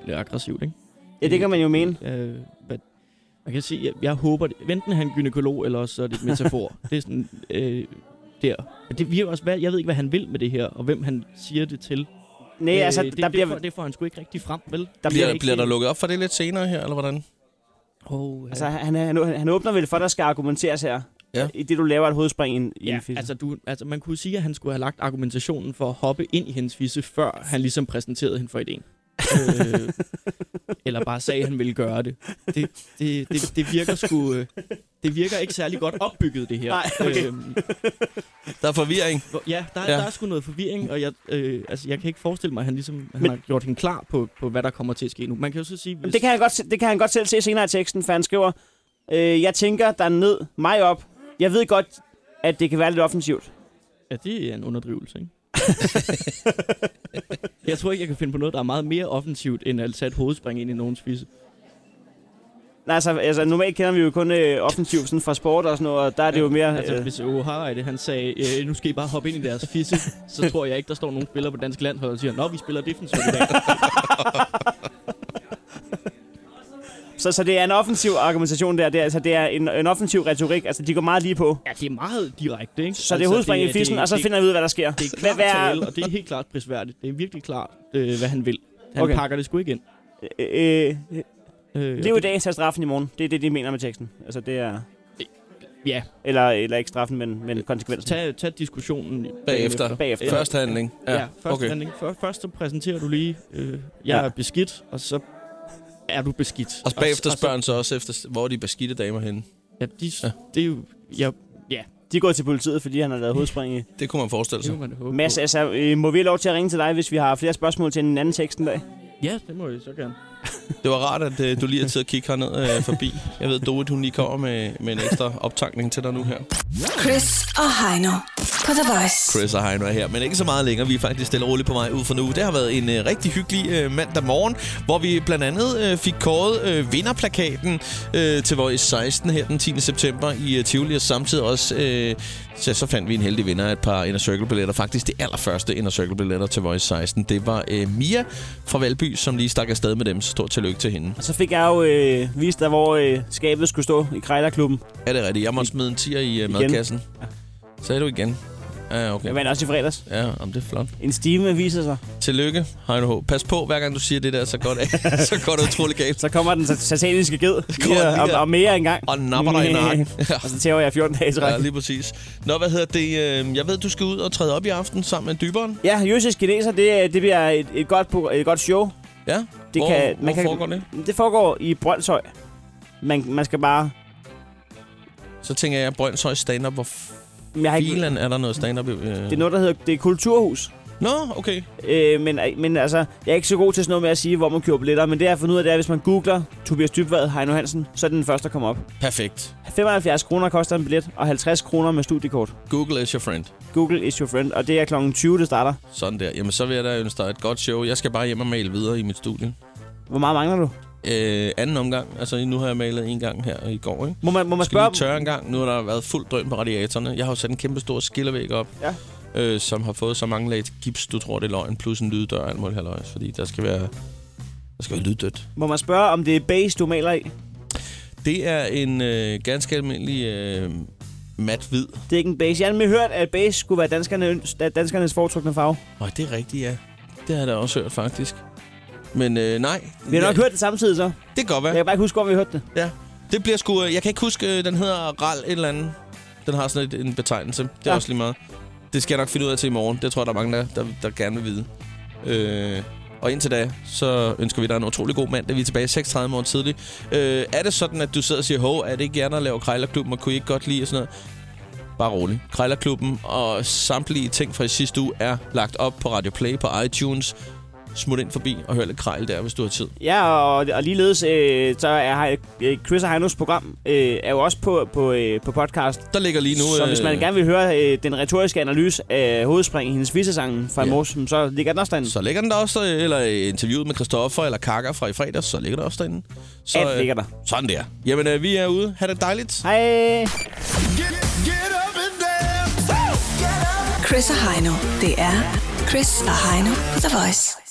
Speaker 12: lidt aggressivt, ikke?
Speaker 3: Ja, det kan man jo mene.
Speaker 12: Øh, hvad, man kan sige, jeg, jeg håber, det, enten er han gynekolog, eller også så er det et metafor. det er sådan, øh, der. Men det virker også, hvad, jeg ved ikke, hvad han vil med det her, og hvem han siger det til.
Speaker 3: Nej, altså,
Speaker 12: Øh, det,
Speaker 3: der
Speaker 12: det,
Speaker 3: bliver-
Speaker 12: får, det får han sgu ikke rigtig frem, vel?
Speaker 3: Der
Speaker 4: Bliver, bliver der lukket op for det lidt senere her, eller hvordan?
Speaker 12: Oh, ja.
Speaker 3: Altså, han, han, han, han åbner vel for, at der skal argumenteres her.
Speaker 4: Ja.
Speaker 3: I det, du laver et hovedspring i en, i
Speaker 12: Ja,
Speaker 3: en fisse.
Speaker 12: altså, du, altså man kunne sige, at han skulle have lagt argumentationen for at hoppe ind i hendes fisse, før han ligesom præsenterede hende for ideen. øh, eller bare sagde, at han ville gøre det. Det, det, det, det virker sgu... Øh, det virker ikke særlig godt opbygget, det her.
Speaker 3: Nej, okay.
Speaker 12: Øhm,
Speaker 4: Der er forvirring.
Speaker 12: hvor- ja, der, ja,
Speaker 4: Ja.
Speaker 12: der er sgu noget forvirring, og jeg, øh, altså, jeg kan ikke forestille mig, at han, ligesom, han har gjort hende klar på, på, hvad der kommer til at ske nu. Man kan jo så sige, hvis...
Speaker 3: Jamen, Det kan, han godt, se- det kan han godt selv se senere i teksten, for han skriver, øh, jeg tænker der ned, mig op. Jeg ved godt, at det kan være lidt offensivt.
Speaker 12: Ja, det er en underdrivelse, ikke? jeg tror ikke, jeg kan finde på noget, der er meget mere offensivt, end at sætte hovedspring ind i nogens fisse.
Speaker 3: Nej, altså, altså normalt kender vi jo kun øh, offensivt sådan fra sport og sådan noget, og der er det jo mere...
Speaker 12: Altså,
Speaker 3: Øh,
Speaker 12: hvis Åge Harreide, han sagde, øh, nu skal I bare hoppe ind i deres fisse, så tror jeg ikke, der står nogen spillere på dansk landshold og siger, nå, vi spiller defensivt i dag.
Speaker 3: så, så det er en offensiv argumentation der, det er, altså, det er en, en offensiv retorik, altså de går meget lige på.
Speaker 12: ja, det er meget direkte, ikke? Altså,
Speaker 3: Så det er hovedspring i fissen, og så finder vi ud, hvad der sker.
Speaker 12: det, det
Speaker 3: Hvad-
Speaker 12: er klart
Speaker 3: hvad er-
Speaker 12: tale, og det er helt klart prisværdigt. Det er virkelig klart, øh, hvad han vil. Han
Speaker 3: Okay.
Speaker 12: okay. pakker det sgu ikke ind.
Speaker 3: Øh, øh,
Speaker 12: Øh,
Speaker 3: lev i dag, tag straffen i morgen. Det er det, de mener med teksten. Altså det er...
Speaker 12: Ja,
Speaker 3: Eller, eller ikke straffen, men, men konsekvensen.
Speaker 12: tag, tag diskussionen
Speaker 4: Bagefter.
Speaker 3: Bagefter.
Speaker 4: Første handling.
Speaker 12: Ja, ja først,
Speaker 4: okay.
Speaker 12: okay. handling. Før, først så præsenterer du lige, øh, jeg
Speaker 3: Ja.
Speaker 12: ja. er beskidt, og så er du beskidt.
Speaker 4: Og bagefter
Speaker 12: og så-
Speaker 4: spørger han så også efter, hvor er de beskidte damer henne.
Speaker 12: Ja, de,
Speaker 4: Ja.
Speaker 12: ja. det er jo... Ja, ja
Speaker 3: De går til politiet, fordi han har lavet hovedspring i
Speaker 4: Det kunne man forestille
Speaker 12: det må
Speaker 4: sig.
Speaker 12: man håbe
Speaker 3: Mads,
Speaker 12: på.
Speaker 3: altså, øh, må vi have lov til at ringe til dig, hvis vi har flere spørgsmål til en anden tekst en dag?
Speaker 12: Ja, det må jeg så gerne.
Speaker 4: Det var rart, at øh, du lige har tid at kigge herned øh, forbi. Jeg ved, Dorit, hun lige kommer med, med en ekstra optankning til dig nu her.
Speaker 2: Chris og Heino på The Voice.
Speaker 4: Chris og Heino er her, men ikke så meget længere. Vi er faktisk stille og roligt på vej ud for nu. Det har været en øh, rigtig hyggelig øh, mandag morgen, hvor vi blandt andet øh, fik kåret øh, vinderplakaten øh, til Voice 16 her den 10. september i øh, Tivoli, og samtidig også øh, så, så fandt vi en heldig vinder af et par Inner Circle-billetter. Faktisk det allerførste Inner Circle-billetter til Voice 16. Det var øh, Mia fra Valby, som lige stak afsted med dem, så stort tillykke til hende.
Speaker 3: Og så fik jeg jo øh, vist dig, hvor øh, skabet skulle stå i Krejlerklubben.
Speaker 4: Er det rigtigt? Jeg må smide en tier i øh, madkassen. Sagde du igen? Ja, okay.
Speaker 3: Jeg vandt også i fredags.
Speaker 4: Ja, jamen, det er flot.
Speaker 3: En stime viser sig.
Speaker 4: Tillykke, Heino H. Pas på, hver gang du siger det der, så går det, så går det utrolig galt.
Speaker 3: Så kommer den sat- sataniske ged
Speaker 4: kommer
Speaker 3: lige,
Speaker 4: den
Speaker 3: og,
Speaker 4: lige der.
Speaker 3: og, mere engang.
Speaker 4: Og napper dig i nakken. Ja.
Speaker 3: og så tæver jeg 14 dage til
Speaker 4: Ja,
Speaker 3: ja,
Speaker 4: lige præcis. Nå, hvad hedder det? øh, Jeg ved, du skal ud og træde op i aften sammen med dyberen.
Speaker 3: ja, Jøsses Kineser, det, øh, det bliver et, et, godt, pro- et godt show.
Speaker 4: Ja?
Speaker 3: Det
Speaker 4: hvor,
Speaker 3: kan-
Speaker 4: hvor
Speaker 3: man kan-
Speaker 4: foregår det?
Speaker 3: Det foregår i Brøndshøj. Man, man skal bare...
Speaker 4: Så tænker jeg, Brøndshøj stand-up. Hvor f-
Speaker 3: Men Jeg har ikke,
Speaker 4: filen er der noget stand-up? Øh...
Speaker 3: det er noget, der hedder... Det er Kulturhus.
Speaker 4: Nå, okay.
Speaker 3: Øh, men, men altså, jeg er ikke så god til sådan noget med at sige, hvor man køber billetter, men det jeg har fundet ud af, det er, at hvis man googler Tobias Dybvad, Heino Hansen, så er det den første, der kommer op.
Speaker 4: Perfekt.
Speaker 3: 75 kroner koster en billet, og 50 kroner med studiekort.
Speaker 4: Google is your friend.
Speaker 3: Google is your friend, og det er kl. 20, det starter.
Speaker 4: Sådan der. Jamen, så vil jeg da ønske dig et godt show. Jeg skal bare hjem og male videre i mit studie.
Speaker 3: Hvor meget mangler du?
Speaker 4: Øh, anden omgang. Altså, nu har jeg malet en gang her i går, ikke?
Speaker 3: Må man, må man
Speaker 4: skal lige
Speaker 3: spørge...
Speaker 4: tørre en gang. Nu har der været fuld drøn på radiatorerne. Jeg har jo sat en kæmpe stor skillevæg op.
Speaker 3: Ja.
Speaker 4: øh, som har fået så mange lag gips, du tror, det er løgn, plus en lyddør og alt muligt halvøjs, fordi der skal være, der skal være lyddødt.
Speaker 3: Må man spørge, om det er base, du maler i?
Speaker 4: Det er en øh, ganske almindelig øh, mat hvid.
Speaker 3: Det er ikke en base. Jeg har nemlig hørt, at base skulle være danskerne, danskernes foretrukne farve.
Speaker 4: Nej, det er rigtigt, ja. Det har jeg da også hørt, faktisk. Men øh, nej.
Speaker 3: Vi har nok
Speaker 4: Ja,
Speaker 3: hørt det samtidig så.
Speaker 4: Det kan godt være.
Speaker 3: Jeg kan bare ikke huske, om vi hørte det.
Speaker 4: Ja. Det bliver sgu... øh, Jeg kan ikke huske, øh, den hedder RAL et eller andet. Den har sådan lidt en betegnelse. Det er
Speaker 3: Ja.
Speaker 4: ja. også lige meget. Det skal jeg nok finde ud af til i morgen. Det tror jeg, der er mange, der, der, der gerne vil vide. Øh, og indtil da, så ønsker vi dig en utrolig god mandag. Vi er tilbage 36 morgen tidligt. Øh, er det sådan, at du sidder og siger, hov, er det ikke jer, der laver Krejlerklubben, og kunne I ikke godt lide og sådan noget? Bare rolig. Krejlerklubben og samtlige ting fra i sidste uge er lagt op på Radio Play på iTunes. Smut ind forbi og hør lidt krejl der, hvis du har tid.
Speaker 3: Ja, og, og ligeledes, øh, så er Hei- øh, Chris og Heinos program øh, er jo også på, på, øh, på podcast.
Speaker 4: Der ligger lige nu,
Speaker 3: Så
Speaker 4: øh,
Speaker 3: hvis man gerne vil høre øh, den retoriske analyse af hovedspring i hendes visesangen fra i
Speaker 4: Ja.
Speaker 3: morges, så ligger den også derinde.
Speaker 4: Så ligger den der også, øh, eller øh, interviewet med Christoffer eller Kakker fra i fredags, så ligger der også derinde. Så, øh,
Speaker 3: Alt ligger der.
Speaker 4: Sådan der. Jamen, øh, vi er ude. Ha' det dejligt.
Speaker 3: Hej.
Speaker 2: Chris og Heino. Det er Chris og Heino på The Voice.